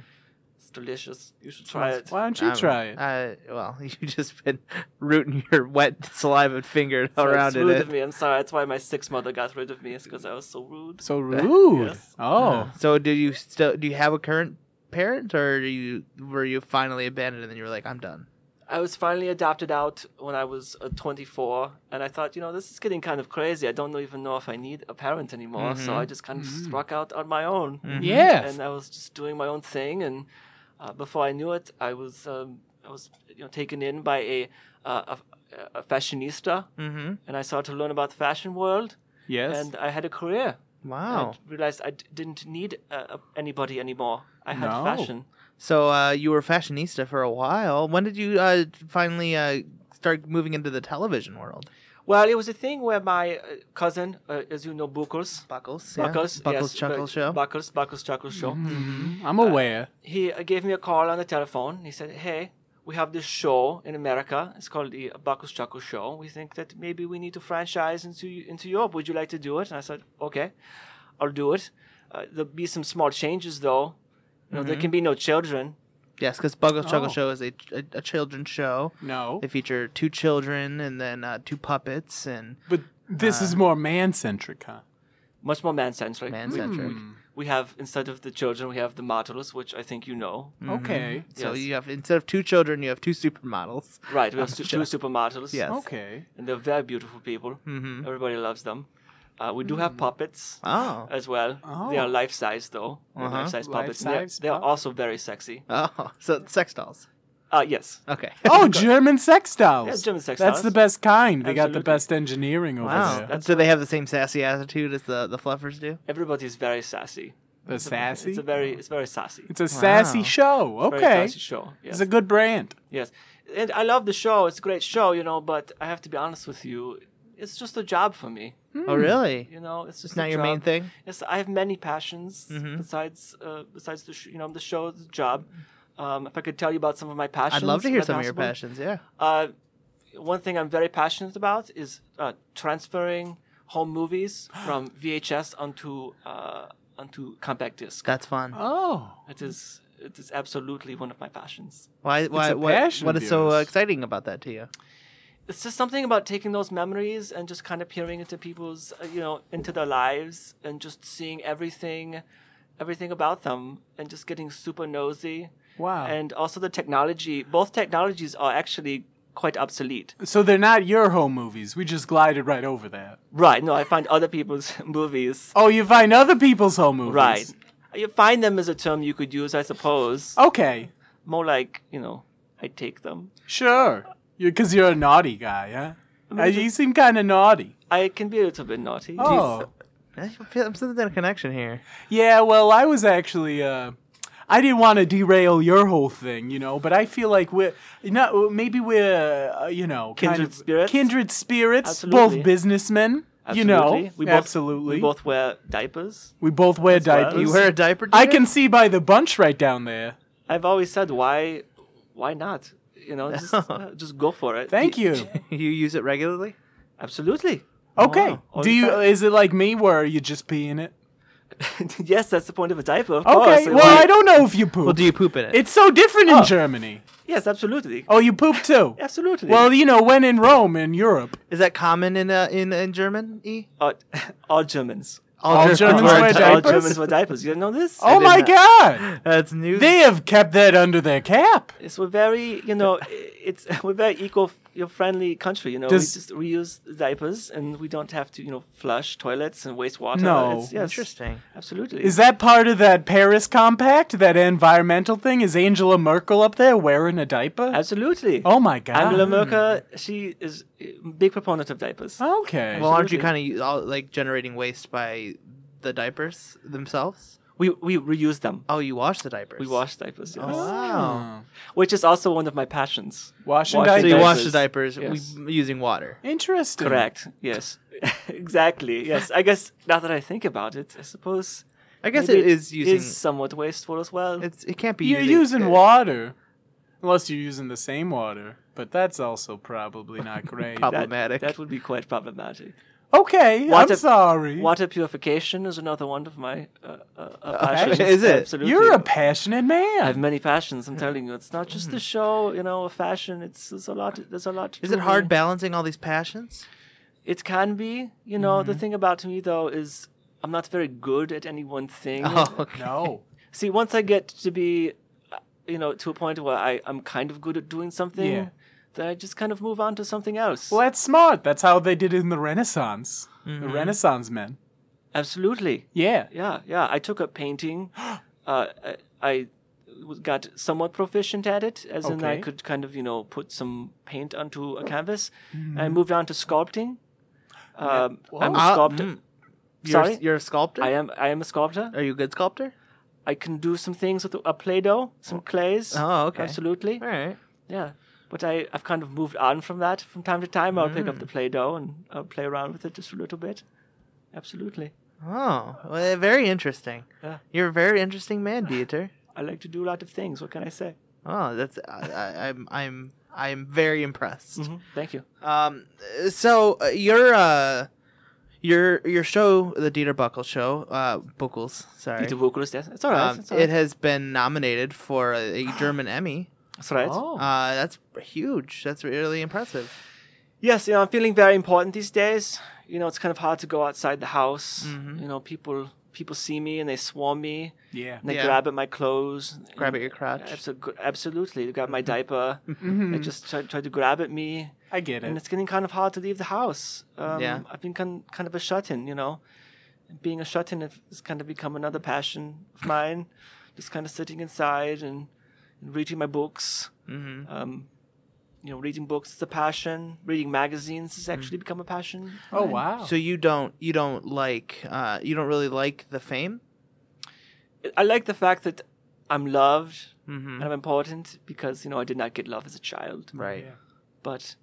Speaker 4: It's delicious. You should try it.
Speaker 3: Why don't you
Speaker 2: Um,
Speaker 3: try it?
Speaker 2: Uh, well, (laughs) you just been rooting your wet saliva finger
Speaker 4: Sorry,
Speaker 2: around
Speaker 4: it's
Speaker 2: in
Speaker 4: rude
Speaker 2: it.
Speaker 4: of me. I'm sorry. That's why my sixth mother got rid of me. It's because I was so rude.
Speaker 3: So rude.
Speaker 4: (laughs) Yes.
Speaker 3: Oh.
Speaker 2: Uh, So do you still do you have a current parent or do you were you finally abandoned and then you were like I'm done?
Speaker 4: I was finally adopted out when I was uh, 24, and I thought, you know, this is getting kind of crazy. I don't know- even know if I need a parent anymore. So
Speaker 2: Mhm.
Speaker 3: Mm-hmm.
Speaker 4: I just kind of struck out on my own.
Speaker 3: Yes.
Speaker 4: And I was just doing my own thing, and uh, before I knew it, I was um, I was you know taken in by a uh, a, a fashionista,
Speaker 2: Mm-hmm.
Speaker 4: and I started to learn about the fashion world,
Speaker 3: yes.
Speaker 4: and I had a career.
Speaker 2: Wow.
Speaker 4: I realized I d- didn't need uh, anybody anymore. I had
Speaker 3: No.
Speaker 4: fashion.
Speaker 2: So uh, you were fashionista for a while. When did you uh, finally uh, start moving into the television world?
Speaker 4: Well, it was a thing where my uh, cousin, uh, as you know, Buckles,
Speaker 2: Buckles. yeah.
Speaker 4: Buckles,
Speaker 2: Buckles
Speaker 4: yes,
Speaker 2: Chuckle
Speaker 4: uh,
Speaker 2: Show. Mm-hmm.
Speaker 4: Buckles, Buckles Chuckle Show.
Speaker 3: Mhm. I'm aware.
Speaker 4: He uh, gave me a call on the telephone. He said, "Hey, we have this show in America. It's called the Buckles Chuckle Show. We think that maybe we need to franchise into into Europe. Would you like to do it?" And I said, "Okay, I'll do it. Uh, there'll be some small changes, though. You know, there
Speaker 2: Mm-hmm.
Speaker 4: can be no children."
Speaker 2: Yes, because Buckles Chuckle
Speaker 3: Oh.
Speaker 2: Show is a, a, a children's show.
Speaker 3: no.
Speaker 2: They feature two children and then uh, two puppets and
Speaker 4: uh,
Speaker 3: But this is more man centric, huh?
Speaker 4: Much more man-centric.
Speaker 2: man centric.
Speaker 3: Hmm.
Speaker 4: we have instead of the children, we have the models, which I think you know.
Speaker 3: Okay.
Speaker 2: So
Speaker 4: Yes.
Speaker 2: you have instead of two children, you have two supermodels.
Speaker 4: Right, we have su- two supermodels.
Speaker 2: Yes.
Speaker 3: Okay.
Speaker 4: and they're very beautiful people.
Speaker 2: Mhm.
Speaker 4: Everybody loves them. Uh, we do have puppets
Speaker 2: Mm. Oh.
Speaker 4: as well. They
Speaker 3: Oh.
Speaker 4: are life size though. They're
Speaker 2: Uh-huh.
Speaker 4: Life size puppets. and they're-
Speaker 3: Life-size
Speaker 4: they are
Speaker 3: puppets.
Speaker 4: also very sexy.
Speaker 2: (laughs) Oh, so it's sex dolls.
Speaker 4: Uh, yes.
Speaker 2: Okay. (laughs)
Speaker 4: (laughs)
Speaker 3: Oh, German sex dolls.
Speaker 4: Yeah, German sex
Speaker 3: That's
Speaker 4: dolls.
Speaker 3: the best kind. They got the best
Speaker 4: Absolutely.
Speaker 3: engineering over
Speaker 2: wow.
Speaker 3: there.
Speaker 4: That's
Speaker 2: do they have the same sassy attitude as the the fluffers do?
Speaker 4: Everybody's very sassy.
Speaker 3: the sassy.
Speaker 4: It's a very it's very sassy.
Speaker 3: It's a sassy
Speaker 2: Wow.
Speaker 3: show.
Speaker 4: Very
Speaker 3: Okay.
Speaker 4: sassy show. Yes.
Speaker 3: It's a good brand.
Speaker 4: yes. And I love the show. It's a great show, you know, but I have to be honest with you. It's just a job for me.
Speaker 2: Oh, really?
Speaker 4: You know, it's just
Speaker 2: It's not
Speaker 4: a
Speaker 2: your main
Speaker 4: job.
Speaker 2: thing.
Speaker 4: Yes, I have many passions
Speaker 2: Mhm.
Speaker 4: besides uh, besides the sh- you know the show, the job. Um, if I could tell you about some of my passions,
Speaker 2: Mm-hmm. I'd love to
Speaker 4: is
Speaker 2: hear
Speaker 4: that
Speaker 2: some of your
Speaker 4: possible?
Speaker 2: passions. Yeah.
Speaker 4: Uh, one thing I'm very passionate about is uh, transferring home movies from VHS onto uh, onto compact disc.
Speaker 2: That's fun.
Speaker 3: Oh.
Speaker 4: It is it is absolutely one of my passions.
Speaker 2: Why? Why?
Speaker 3: a
Speaker 2: What,
Speaker 3: passion
Speaker 2: what
Speaker 3: of
Speaker 2: is so uh,
Speaker 3: yours.
Speaker 2: exciting about that to you? (laughs)
Speaker 4: It's just something about taking those memories and just kind of peering into people's uh, you know into their lives and just seeing everything, everything about them and just getting super nosy.
Speaker 3: Wow.
Speaker 4: and also the technology. Both technologies are actually quite obsolete.
Speaker 3: so they're not your home movies. We just glided right over that.
Speaker 4: Right. No, I find other people's (laughs) movies.
Speaker 3: Oh, you find other people's home movies.
Speaker 4: Right. You find them is a term you could use, I suppose.
Speaker 3: Oh. Okay.
Speaker 4: More like you know, I take them.
Speaker 3: Sure. You're because you're a naughty guy, huh? Uh, you seem kind of naughty.
Speaker 4: I can be a little bit naughty.
Speaker 3: Oh.
Speaker 2: I feel I'm sensing a connection here.
Speaker 3: Yeah, well, I was actually. Uh, I didn't want to derail your whole thing, you know, but I feel like we're not. Maybe we're, uh, you know, kind
Speaker 4: Kindred
Speaker 3: of
Speaker 4: spirits?
Speaker 3: kindred spirits,
Speaker 4: Absolutely.
Speaker 3: both businessmen. You know,
Speaker 4: Absolutely. we both,
Speaker 3: absolutely.
Speaker 4: We both wear diapers.
Speaker 3: We both wear
Speaker 4: well.
Speaker 3: diapers.
Speaker 2: You wear a diaper?
Speaker 3: I
Speaker 2: Jared?
Speaker 3: can see by the bunch right down there.
Speaker 4: I've always said, why, why not? You know,
Speaker 3: (laughs)
Speaker 4: just, uh, just go for it.
Speaker 3: Thank
Speaker 2: (laughs)
Speaker 3: you.
Speaker 2: You use it regularly?
Speaker 4: Absolutely. (laughs)
Speaker 2: Oh,
Speaker 3: Okay.
Speaker 4: Wow. All
Speaker 3: Do
Speaker 4: the
Speaker 3: you?
Speaker 4: time.
Speaker 3: Is it like me where you just pee in it?
Speaker 4: yes, that's the point of a diaper. Of
Speaker 2: Oh,
Speaker 3: Okay.
Speaker 4: course.
Speaker 3: well, I don't know if you poop.
Speaker 2: Well, do you Oh. poop in it?
Speaker 3: It's so different in Germany.
Speaker 4: Yes, absolutely.
Speaker 3: Oh, you poop
Speaker 2: (laughs)
Speaker 3: too.
Speaker 4: Absolutely.
Speaker 3: Well, you know, when in Rome in Europe,
Speaker 2: Is that common in uh, in in German? E?
Speaker 4: all, (laughs) all Germans.
Speaker 3: All Germans
Speaker 2: wear
Speaker 3: wear
Speaker 2: di-
Speaker 4: All
Speaker 3: diapers?
Speaker 4: Germans wear diapers. You didn't know this?
Speaker 3: (laughs) oh
Speaker 2: did
Speaker 3: my
Speaker 2: not. (laughs)
Speaker 3: God,
Speaker 2: That's new.
Speaker 3: they have kept that under their cap.
Speaker 4: Yes, we're very, you know, i- it's (laughs) we're very eco-friendly country. You know,
Speaker 3: Does-
Speaker 4: we just reuse diapers and we don't have to, you know, flush toilets and waste water.
Speaker 3: No.
Speaker 4: It's- yes,
Speaker 2: Interesting.
Speaker 4: Absolutely.
Speaker 3: Is that part of that Paris Compact, that environmental thing? Is Angela Merkel up there wearing a diaper?
Speaker 4: absolutely.
Speaker 3: oh my God.
Speaker 4: Angela Merkel, she is a big proponent of diapers.
Speaker 3: Okay.
Speaker 2: Well, aren't you
Speaker 4: Absolutely.
Speaker 2: kind of like generating waste by the diapers themselves?
Speaker 4: We we reuse them.
Speaker 2: Oh, you wash the diapers.
Speaker 4: We wash diapers,
Speaker 3: Oh.
Speaker 4: yes.
Speaker 2: Oh. Wow.
Speaker 4: which is also one of my passions.
Speaker 3: Washing
Speaker 2: So you
Speaker 3: diapers.
Speaker 2: wash the diapers
Speaker 4: Yes.
Speaker 2: we, using water.
Speaker 3: Interesting.
Speaker 4: Correct. Yes. (laughs) exactly. Yes. I guess now that I think about it, I suppose
Speaker 2: I guess
Speaker 4: maybe
Speaker 2: it is using.
Speaker 4: is somewhat wasteful as well.
Speaker 2: it's it can't be.
Speaker 3: You're
Speaker 2: using,
Speaker 3: using water, unless you're using the same water, but that's also probably not great.
Speaker 2: Prob-
Speaker 4: That-
Speaker 2: problematic.
Speaker 4: That, would be quite problematic.
Speaker 3: okay,
Speaker 4: Water-
Speaker 3: I'm sorry.
Speaker 4: Water purification is another one of my uh, uh, uh,
Speaker 2: passion.
Speaker 4: passions.
Speaker 2: Is it?
Speaker 4: Absolutely.
Speaker 3: You're a passionate man.
Speaker 4: I have many passions. I'm telling you, it's not just the show, you know, fashion. It's, there's a lot. There's a lot. to
Speaker 2: Mm-hmm. Is it
Speaker 4: me.
Speaker 2: hard balancing all these passions?
Speaker 4: it can be. You know, the
Speaker 2: Mm-hmm.
Speaker 4: thing about me though is I'm not very good at any one thing.
Speaker 2: Oh,
Speaker 3: (laughs)
Speaker 2: okay.
Speaker 3: no.
Speaker 4: See, once I get to be, uh, you know, to a point where I I'm kind of good at doing something,
Speaker 3: Yeah.
Speaker 4: then I just kind of move on to something else.
Speaker 3: Well, that's smart. That's how they did it in the Renaissance. The Renaissance men.
Speaker 4: Absolutely.
Speaker 3: Yeah.
Speaker 4: Yeah, yeah. I took up
Speaker 2: (gasps)
Speaker 4: painting. uh, I, I was- got somewhat proficient at it, as in I
Speaker 3: Okay.
Speaker 4: could kind of, you know, put some paint onto a canvas.
Speaker 2: Mm-hmm.
Speaker 4: I moved on to sculpting. Um, I'm a
Speaker 2: Ah,
Speaker 4: sculptor.
Speaker 2: mm. You're,
Speaker 4: Sorry,
Speaker 2: you're a sculptor.
Speaker 4: I am. I am a sculptor.
Speaker 2: Are you a good sculptor?
Speaker 4: I can do some things with a play-doh, some clays.
Speaker 2: Oh, okay.
Speaker 4: Absolutely.
Speaker 2: All right.
Speaker 4: Yeah. But I, I've kind of moved on from that. From time to time, I'll pick up
Speaker 2: Mm.
Speaker 4: the play-doh and I'll play around with it just a little bit. Absolutely.
Speaker 2: Oh, well, very interesting.
Speaker 4: Yeah.
Speaker 2: You're a very interesting man, Dieter.
Speaker 4: I like to do a lot of things. What can I say?
Speaker 2: Oh, that's I, I, I'm I'm I'm very impressed.
Speaker 4: Thank you.
Speaker 2: Um, so uh, your uh, your your show, the Dieter Buckle Show, uh, Buckles, sorry,
Speaker 4: Peter Vocalist, yes. It's all right.
Speaker 2: um,
Speaker 4: it's all right.
Speaker 2: it has been nominated for a, a German Emmy.
Speaker 4: That's right.
Speaker 3: Oh.
Speaker 2: Uh, that's huge. That's really impressive.
Speaker 4: Yes, Mm-hmm. you know, I'm feeling very important these days. You know, it's kind of hard to go outside the house. You know, people people see me and they swarm me
Speaker 3: Yeah.
Speaker 4: and they
Speaker 2: Yeah.
Speaker 4: grab at my clothes.
Speaker 2: Grab at your crotch.
Speaker 4: Absolutely, absolutely. They grab my diaper.
Speaker 3: Mhm.
Speaker 4: They just try, try to grab at me,
Speaker 3: I get it.
Speaker 4: and it's getting kind of hard to leave the house. Um,
Speaker 2: Yeah.
Speaker 4: I've been kind kind of a shut-in, you know. Being a shut-in has kind of become another passion of mine. just kind of sitting inside and, and reading my books.
Speaker 2: hmm
Speaker 4: Um, you know, reading books is a passion. Reading magazines has actually become a passion.
Speaker 3: Oh wow.
Speaker 2: So you don't you don't like uh, you don't really like the fame.
Speaker 4: I like the fact that I'm loved
Speaker 2: Mm-hmm.
Speaker 4: and I'm important because you know I did not get love as a child.
Speaker 2: Right.
Speaker 3: Yeah.
Speaker 4: but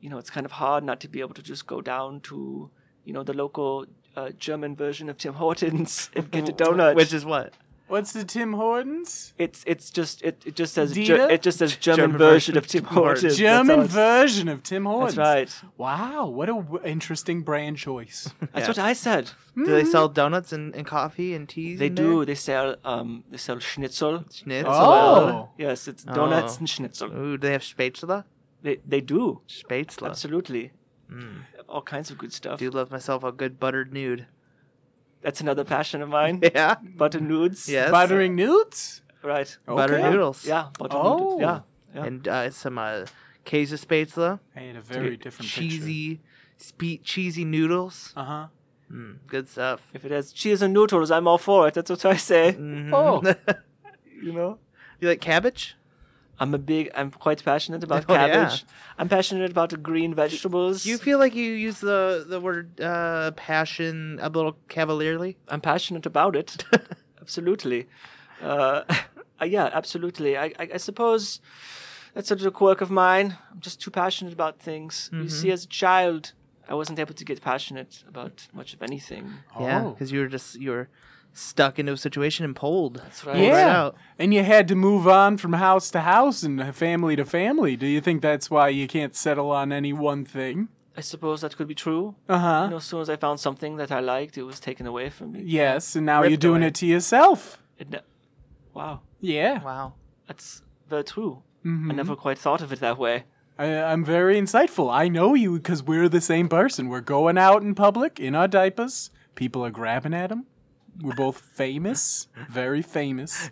Speaker 4: you know it's kind of hard not to be able to just go down to you know the local uh, German version of Tim (laughs) Hortons and get a donut.
Speaker 2: Which is what
Speaker 3: What's the Tim Hortons?
Speaker 4: it's it's just it, it just says
Speaker 3: Dieter?
Speaker 4: Ger- it just says German,
Speaker 2: German
Speaker 4: version of Tim Hortons. That's all
Speaker 3: German
Speaker 4: it's-
Speaker 3: version of Tim Hortons.
Speaker 4: That's right.
Speaker 3: Wow, what a w- interesting brand choice.
Speaker 4: That's
Speaker 2: Yeah.
Speaker 4: what I said.
Speaker 2: do they sell? Donuts and, and coffee and teas.
Speaker 4: They
Speaker 2: in
Speaker 4: do.
Speaker 2: there?
Speaker 4: They sell um they sell schnitzel.
Speaker 2: Schnitzel.
Speaker 3: Oh.
Speaker 4: Yes, it's donuts
Speaker 2: Oh.
Speaker 4: and schnitzel.
Speaker 2: Ooh, do they have spätzle?
Speaker 4: They they do.
Speaker 2: Spätzle.
Speaker 4: Absolutely.
Speaker 2: Hmm.
Speaker 4: All kinds of good stuff.
Speaker 2: Do love myself a good buttered nude.
Speaker 4: That's another passion of mine.
Speaker 2: (laughs) Yeah.
Speaker 4: butter nudes.
Speaker 2: Yes.
Speaker 3: Buttering nudes?
Speaker 4: Right.
Speaker 2: Butter
Speaker 3: Okay.
Speaker 2: noodles.
Speaker 4: Yeah, butter
Speaker 3: Oh.
Speaker 4: nudes. Yeah. yeah.
Speaker 2: And uh, some uh, Käse spätzle.
Speaker 3: I had a very different picture.
Speaker 2: cheesy, spe- cheesy noodles.
Speaker 3: Uh huh.
Speaker 2: Mm, good stuff.
Speaker 4: If it has cheese and noodles, I'm all for it. That's what I say.
Speaker 2: Mhm.
Speaker 3: Oh.
Speaker 4: You know,
Speaker 2: (laughs) you like cabbage?
Speaker 4: I'm a big. I'm quite passionate about
Speaker 2: (laughs) Oh, yeah.
Speaker 4: cabbage. I'm passionate about green vegetables.
Speaker 2: Do you feel like you use the the word uh, passion a little cavalierly?
Speaker 4: I'm passionate about it. (laughs) absolutely. Uh, (laughs) uh, yeah, absolutely. I, I, I suppose that's sort of a quirk of mine. I'm just too passionate about things. You see, as a child, I wasn't able to get passionate about much of anything.
Speaker 2: Yeah,
Speaker 3: Oh.
Speaker 2: because you were just you were stuck into a situation and pulled.
Speaker 4: That's right.
Speaker 2: Pulled
Speaker 3: Yeah.
Speaker 2: out.
Speaker 3: And you had to move on from house to house and family to family. Do you think that's why you can't settle on any one thing?
Speaker 4: I suppose that could be true.
Speaker 3: Uh
Speaker 4: You
Speaker 3: huh.
Speaker 4: know, as soon as I found something that I liked, it was taken away from me.
Speaker 3: Yes, and now
Speaker 4: Ripped
Speaker 3: you're doing
Speaker 4: away.
Speaker 3: it to yourself.
Speaker 4: It ne- wow.
Speaker 3: Yeah.
Speaker 2: Wow.
Speaker 4: That's very true.
Speaker 3: Mhm.
Speaker 4: I never quite thought of it that way.
Speaker 3: I, I'm very insightful. I know you because we're the same person. We're going out in public in our diapers. People are grabbing at them. We're both famous, very famous.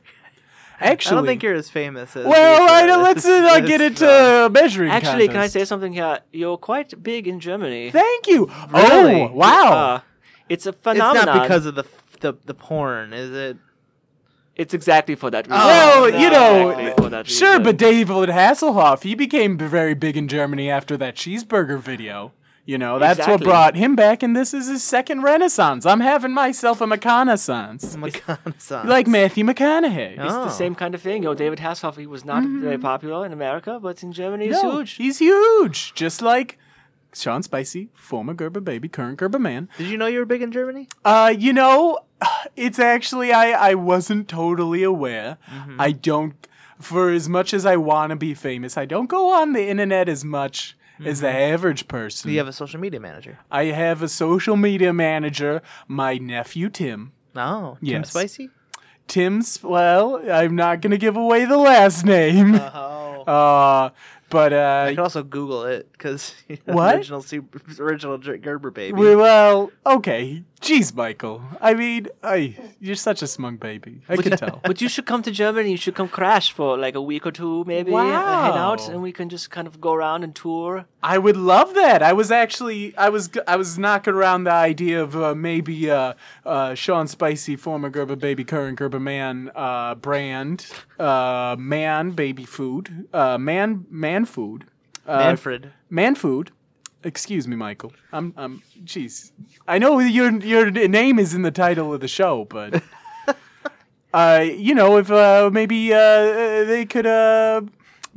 Speaker 3: Actually,
Speaker 2: I don't think you're as famous as.
Speaker 3: well,
Speaker 2: (laughs) as,
Speaker 3: I
Speaker 2: uh,
Speaker 3: don't- let's uh, (laughs)
Speaker 2: as,
Speaker 3: not get into
Speaker 2: uh,
Speaker 3: measuring.
Speaker 4: Actually, can I
Speaker 3: contest.
Speaker 4: say something here? You're quite big in Germany.
Speaker 3: Thank you.
Speaker 2: Really?
Speaker 3: Oh, wow.
Speaker 4: Uh, it's a
Speaker 2: it's
Speaker 4: phenomenon.
Speaker 2: not because of the the the porn, is it? (laughs)
Speaker 4: It's exactly for
Speaker 3: Oh,
Speaker 4: that reason.
Speaker 3: well, you know,
Speaker 4: oh, Exactly for that uh,
Speaker 3: sure,
Speaker 4: reason.
Speaker 3: but David Hasselhoff, he became b- very big in Germany after that cheeseburger video. You know, that's what
Speaker 4: Exactly.
Speaker 3: brought him back, and this is his second renaissance. I'm having myself a reconnaissance.
Speaker 2: McConaughey.
Speaker 3: Like Matthew McConaughey.
Speaker 4: It's
Speaker 2: Oh.
Speaker 4: the same kind of thing. You know, David Hasselhoff, he was not very popular in America, but in Germany, he's
Speaker 3: Oh. No,
Speaker 4: huge.
Speaker 3: He's huge. Just like Sean Spicy, former Gerber baby, current Gerber man.
Speaker 2: Did you know you were big in Germany?
Speaker 3: Uh, you know, (sighs) it's actually I I wasn't totally aware. I don't for as much as I want to be famous, I don't go on the internet as much as the average person.
Speaker 2: Do you have a social media manager?
Speaker 3: I have a social media manager, my nephew Tim.
Speaker 2: No. Tim
Speaker 3: Yes.
Speaker 2: Spicy.
Speaker 3: Tim's well, I'm not going to give away the last name.
Speaker 2: Oh.
Speaker 3: (laughs) Uh, but uh
Speaker 2: I could also Google it (laughs) because
Speaker 3: What?
Speaker 2: original super, original Ger- Gerber baby.
Speaker 3: We, well, okay. Jeez, Michael. I mean, I, you're such a smug baby. I can tell.
Speaker 4: but you should come to Germany. You should come crash for like a week or two, maybe, and hang out,
Speaker 3: Wow.
Speaker 4: and we can just kind of go around and tour.
Speaker 3: I would love that. I was actually, I was, I was knocking around the idea of uh, maybe uh, uh, Sean Spicy, former Gerber baby, current Gerber man uh, brand, uh, man baby food, uh, man man food, uh,
Speaker 2: Manfred.
Speaker 3: man food. Excuse me, Michael. I'm, I'm. Jeez, I know your your name is in the title of the show,
Speaker 4: (laughs)
Speaker 3: but uh, you know, if uh, maybe uh, they could uh,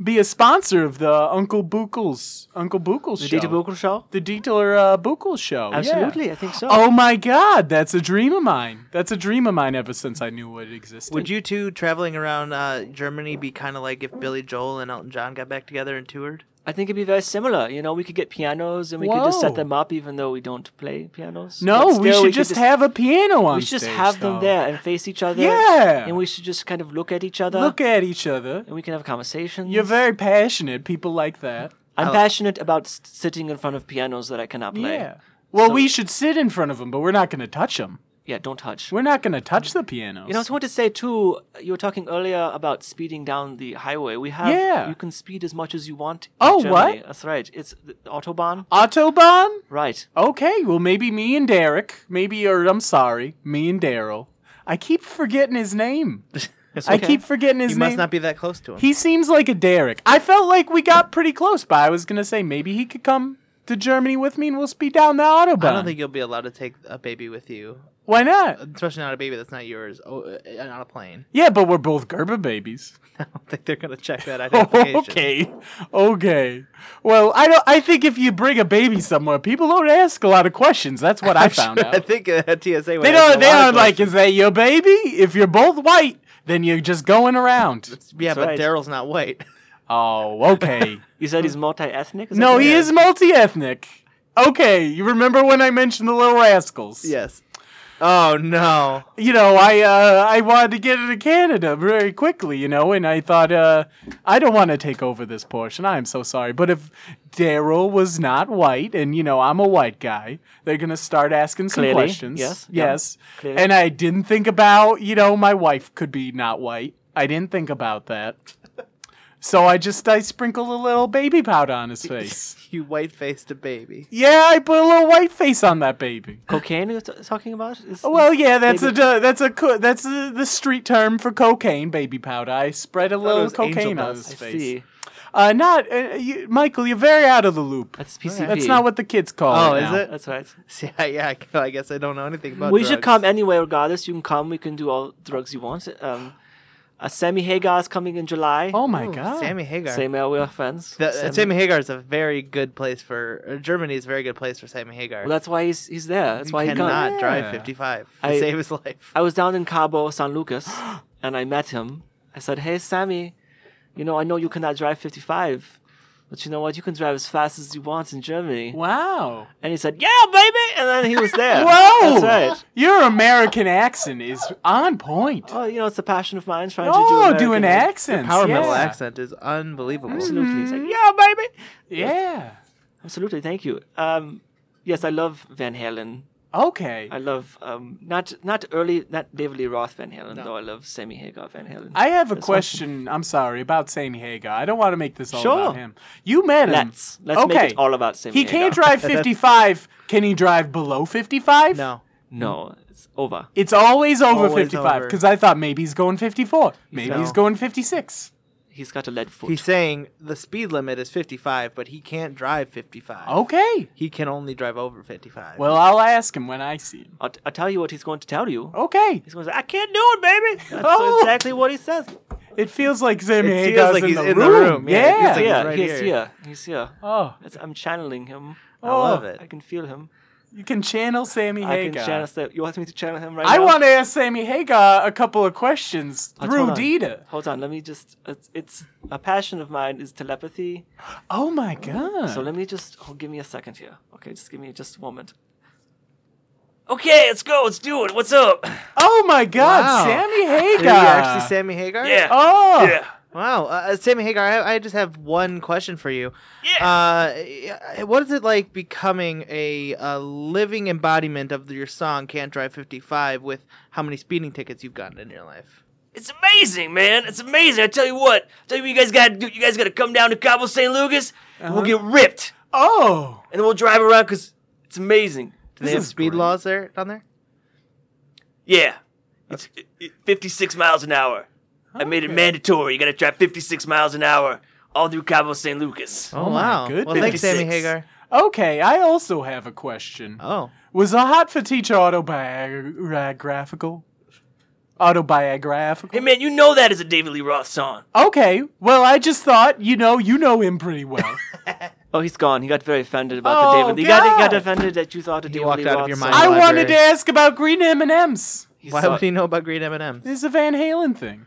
Speaker 3: be a sponsor of the Uncle Buckles Uncle Buckles
Speaker 4: The
Speaker 3: show,
Speaker 4: Dieter Buchel show?
Speaker 3: the Dieter uh, Buckles show. yeah.
Speaker 4: Absolutely, I think so.
Speaker 3: Oh my God, that's a dream of mine. That's a dream of mine ever since I knew it existed.
Speaker 2: Would you two traveling around uh, Germany be kind of like if Billy Joel and Elton John got back together and toured?
Speaker 4: I think it'd be very similar. You know, we could get pianos and we could just
Speaker 3: Whoa.
Speaker 4: set them up, even though we don't play pianos.
Speaker 3: No,
Speaker 4: But
Speaker 3: we
Speaker 4: still,
Speaker 3: should
Speaker 4: could
Speaker 3: just, have a piano on
Speaker 4: we should just
Speaker 3: stage,
Speaker 4: have them
Speaker 3: though.
Speaker 4: there and face each other.
Speaker 3: Yeah.
Speaker 4: and we should just kind of look at each other.
Speaker 3: Look at each other.
Speaker 4: and we can have conversations.
Speaker 3: You're very passionate. People like that.
Speaker 4: I'm passionate about s- sitting in front of pianos that I cannot play.
Speaker 3: Yeah. Well,
Speaker 4: So-
Speaker 3: we should sit in front of them, but we're not going to touch them.
Speaker 4: yeah, don't touch.
Speaker 3: We're not going to touch the pianos.
Speaker 4: You know, I just want to say too. You were talking earlier about speeding down the highway. We have
Speaker 3: Yeah.
Speaker 4: you can speed as much as you want. in
Speaker 3: Oh,
Speaker 4: Germany.
Speaker 3: what?
Speaker 4: That's right. It's the the autobahn.
Speaker 3: Autobahn?
Speaker 4: Right.
Speaker 3: Okay, well, maybe me and Derek. Maybe, or I'm sorry, me and Daryl. I keep forgetting his
Speaker 2: (laughs)
Speaker 3: name. I
Speaker 4: okay.
Speaker 3: keep forgetting his
Speaker 2: You
Speaker 3: name.
Speaker 2: must not be that close to him.
Speaker 3: He seems like a Derek. I felt like we got pretty close, but I was going to say maybe he could come to Germany with me and we'll speed down the Autobahn.
Speaker 2: I don't think Uh, you'll be allowed to take a baby with you,
Speaker 3: Why not?
Speaker 2: especially not a baby that's not yours, oh, uh, on a plane. (laughs)
Speaker 3: Yeah, but we're both Gerber babies.
Speaker 2: I don't think they're gonna check that identification.
Speaker 3: (laughs) okay. (laughs) Okay. Well, I don't I think if you bring a baby somewhere, people don't ask a lot of questions. That's what I
Speaker 2: I'm
Speaker 3: found
Speaker 2: sure-
Speaker 3: out.
Speaker 2: (laughs) I think uh, TSA. would
Speaker 3: They
Speaker 2: ask
Speaker 3: don't.
Speaker 2: a
Speaker 3: They
Speaker 2: lot
Speaker 3: aren't
Speaker 2: of
Speaker 3: like,
Speaker 2: questions.
Speaker 3: is that your baby? If you're both white, then you're just going around.
Speaker 2: Yeah, but
Speaker 4: right.
Speaker 2: Daryl's not white. (laughs)
Speaker 3: Oh, okay.
Speaker 4: You said he's multi-ethnic. Is that
Speaker 3: Hmm. no,
Speaker 4: right?
Speaker 3: he is multi-ethnic. Okay, you remember when I mentioned the Little Rascals?
Speaker 2: yes. Oh no.
Speaker 3: You know, I uh, I wanted to get into Canada very quickly, you know, and I thought, uh, I don't want to take over this portion. I am so sorry, but if Daryl was not white, and you know, I'm a white guy, they're gonna start asking some
Speaker 4: Clearly,
Speaker 3: questions.
Speaker 4: yes, yeah,
Speaker 3: yes.
Speaker 4: clearly.
Speaker 3: And I didn't think about, you know, my wife could be not white. I didn't think about that. So I just I sprinkled a little baby powder on his
Speaker 4: (laughs)
Speaker 3: face.
Speaker 2: You white faced a baby.
Speaker 3: Yeah, I put a little white face on that baby.
Speaker 4: cocaine. You're t- talking about? Is-
Speaker 3: Oh, Well, yeah, that's
Speaker 4: Baby-
Speaker 3: a that's a co- that's a, the street term for cocaine, baby powder. I spread a
Speaker 2: it
Speaker 3: little
Speaker 2: was angel
Speaker 3: cocaine on
Speaker 2: dust.
Speaker 3: his
Speaker 4: I
Speaker 3: face.
Speaker 4: see.
Speaker 3: Uh, not uh, you, Michael. You're very out of the loop.
Speaker 4: That's PCP.
Speaker 3: That's not what the kids call.
Speaker 2: Oh,
Speaker 3: it
Speaker 2: is
Speaker 3: now.
Speaker 2: it?
Speaker 4: That's right.
Speaker 2: See, I, (laughs) yeah, I, I guess I don't know anything about.
Speaker 4: we should
Speaker 2: drugs.
Speaker 4: come anyway, regardless. You can come. We can do all drugs you want. Um, uh, Sammy Hagar is coming in July.
Speaker 3: Oh my
Speaker 2: Ooh,
Speaker 3: god.
Speaker 2: Ah, Sammy Hagar.
Speaker 4: Same uh, we are friends.
Speaker 2: The,
Speaker 4: Sammy-
Speaker 2: Sammy Hagar is a very good place for uh, Germany is a very good place for Sammy Hagar.
Speaker 4: Well, that's why he's he's there. That's
Speaker 2: He
Speaker 4: why he
Speaker 2: cannot
Speaker 4: comes.
Speaker 2: drive
Speaker 3: Yeah.
Speaker 2: 55 to
Speaker 4: I-
Speaker 2: save his life.
Speaker 4: I was down in Cabo San
Speaker 3: (gasps)
Speaker 4: Lucas, and I met him. I said, "Hey, Sammy, you know I know you cannot drive 55, but you know what? You can drive as fast as you want in Germany."
Speaker 3: Wow.
Speaker 4: And he said, "Yeah, baby!" And then he was there.
Speaker 3: (laughs) Whoa.
Speaker 4: That's right.
Speaker 3: Your American accent is on point.
Speaker 4: Oh, you know it's a passion of mine trying to do.
Speaker 3: Oh,
Speaker 4: American
Speaker 3: doing
Speaker 4: music.
Speaker 3: accents.
Speaker 2: Power metal
Speaker 3: yeah. Mm-hmm.
Speaker 2: accent is unbelievable.
Speaker 4: Absolutely. He's like, "Yeah, baby."
Speaker 3: Yeah.
Speaker 4: Absolutely. Thank you. Um, yes, I love Van Halen.
Speaker 3: Okay.
Speaker 4: I love um, not not early, not David Lee Roth Van Halen, though. I love Sammy Hagar Van Halen.
Speaker 3: I have a
Speaker 4: That's
Speaker 3: question. I'm sorry about Sammy Hagar. I don't want to make this all
Speaker 4: Sure.
Speaker 3: about him. You met him.
Speaker 4: Let's let's make it all about Sammy.
Speaker 3: He can't
Speaker 4: Hagar.
Speaker 3: drive 55. Can he drive below 55?
Speaker 2: (laughs) No.
Speaker 4: No, it's over.
Speaker 3: It's always over
Speaker 2: Always
Speaker 3: 55
Speaker 2: over.
Speaker 3: because I thought maybe he's going 54. Maybe
Speaker 2: No.
Speaker 3: he's going 56.
Speaker 4: He's got a lead foot.
Speaker 2: He's saying the speed limit is 55, but he can't drive 55.
Speaker 4: Oh.
Speaker 3: Okay.
Speaker 2: He can only drive over 55.
Speaker 3: Well, I'll ask him when I see him.
Speaker 4: I'll, t- I'll tell you what he's going to tell you.
Speaker 3: Okay.
Speaker 4: He's going to say, "I can't do it, baby."
Speaker 3: (laughs)
Speaker 4: That's
Speaker 3: Oh.
Speaker 4: exactly what he says.
Speaker 3: It feels like Sammy
Speaker 2: It feels
Speaker 3: Hagar's
Speaker 2: like
Speaker 3: in,
Speaker 2: he's
Speaker 3: the,
Speaker 2: in the
Speaker 3: room.
Speaker 2: room. Yeah, it
Speaker 3: Yeah.
Speaker 2: feels
Speaker 4: So
Speaker 2: like-
Speaker 4: yeah,
Speaker 2: right
Speaker 4: he's
Speaker 2: here.
Speaker 4: here. He's here.
Speaker 3: Oh,
Speaker 4: It's, I'm channeling him.
Speaker 2: I love
Speaker 3: oh,
Speaker 2: it.
Speaker 4: I can feel him.
Speaker 3: you can channel Sammy
Speaker 4: I can
Speaker 3: Hagar.
Speaker 4: channel. Sa- You want me to channel him right
Speaker 3: I
Speaker 4: now?
Speaker 3: want to ask Sammy Hagar a couple of questions
Speaker 4: Let's-
Speaker 3: through
Speaker 4: hold on.
Speaker 3: Dita.
Speaker 4: Hold on, let me just. It's, it's a passion of mine is telepathy.
Speaker 3: Oh my god.
Speaker 4: So let me just oh, give me a second here. Okay, just give me just a moment. Okay, let's go. Let's do it. What's up?
Speaker 3: oh my god,
Speaker 2: Wow.
Speaker 3: Sammy
Speaker 2: Did
Speaker 3: Hagar.
Speaker 2: he actually Sammy Hagar?
Speaker 4: Yeah.
Speaker 3: Oh.
Speaker 4: Yeah.
Speaker 2: Wow. Uh, Sammy Hagar, I, I just have one question for you.
Speaker 4: Yeah.
Speaker 2: Uh, yeah, what is it like becoming a, a living embodiment of your song "Can't Drive 55" with how many speeding tickets you've gotten in your life?
Speaker 4: it's amazing, man. It's amazing. I tell you what. I tell you what you guys got to do. You guys got to come down to Cabo San Lucas. and
Speaker 2: Uh-huh.
Speaker 4: We'll get ripped,
Speaker 3: Oh.
Speaker 4: and then we'll drive around because it's amazing.
Speaker 2: Do
Speaker 3: This
Speaker 2: they have
Speaker 3: is
Speaker 2: speed
Speaker 3: great.
Speaker 2: laws there down there?
Speaker 4: Yeah. It's it- it- 56 miles an hour. I made it mandatory. You got to drive 56 miles an hour all through Cabo San Lucas.
Speaker 3: my
Speaker 2: Oh, wow. Well,
Speaker 3: goodness.
Speaker 2: thanks, Sammy
Speaker 4: 56.
Speaker 2: Hagar.
Speaker 3: Okay, I also have a question.
Speaker 2: Oh,
Speaker 3: Was a Hot for Teacher autobiographical?
Speaker 4: Hey,
Speaker 3: Autobiographical?
Speaker 4: man, you know that is a David Lee Roth song.
Speaker 3: Okay, well, I just thought, you know, you know him pretty
Speaker 2: (laughs)
Speaker 3: well.
Speaker 4: Oh, he's gone. He got very offended about the
Speaker 3: Oh,
Speaker 4: David. He got, he got
Speaker 3: God.
Speaker 4: offended that you thought a David
Speaker 2: walked
Speaker 4: Lee
Speaker 2: out of
Speaker 4: Roth
Speaker 2: your
Speaker 4: song.
Speaker 2: mind.
Speaker 3: I
Speaker 2: library.
Speaker 3: wanted to ask about Green M&Ms.
Speaker 4: He
Speaker 2: why
Speaker 4: saw-
Speaker 2: would he know about Green M&Ms?
Speaker 3: This is a Van Halen thing.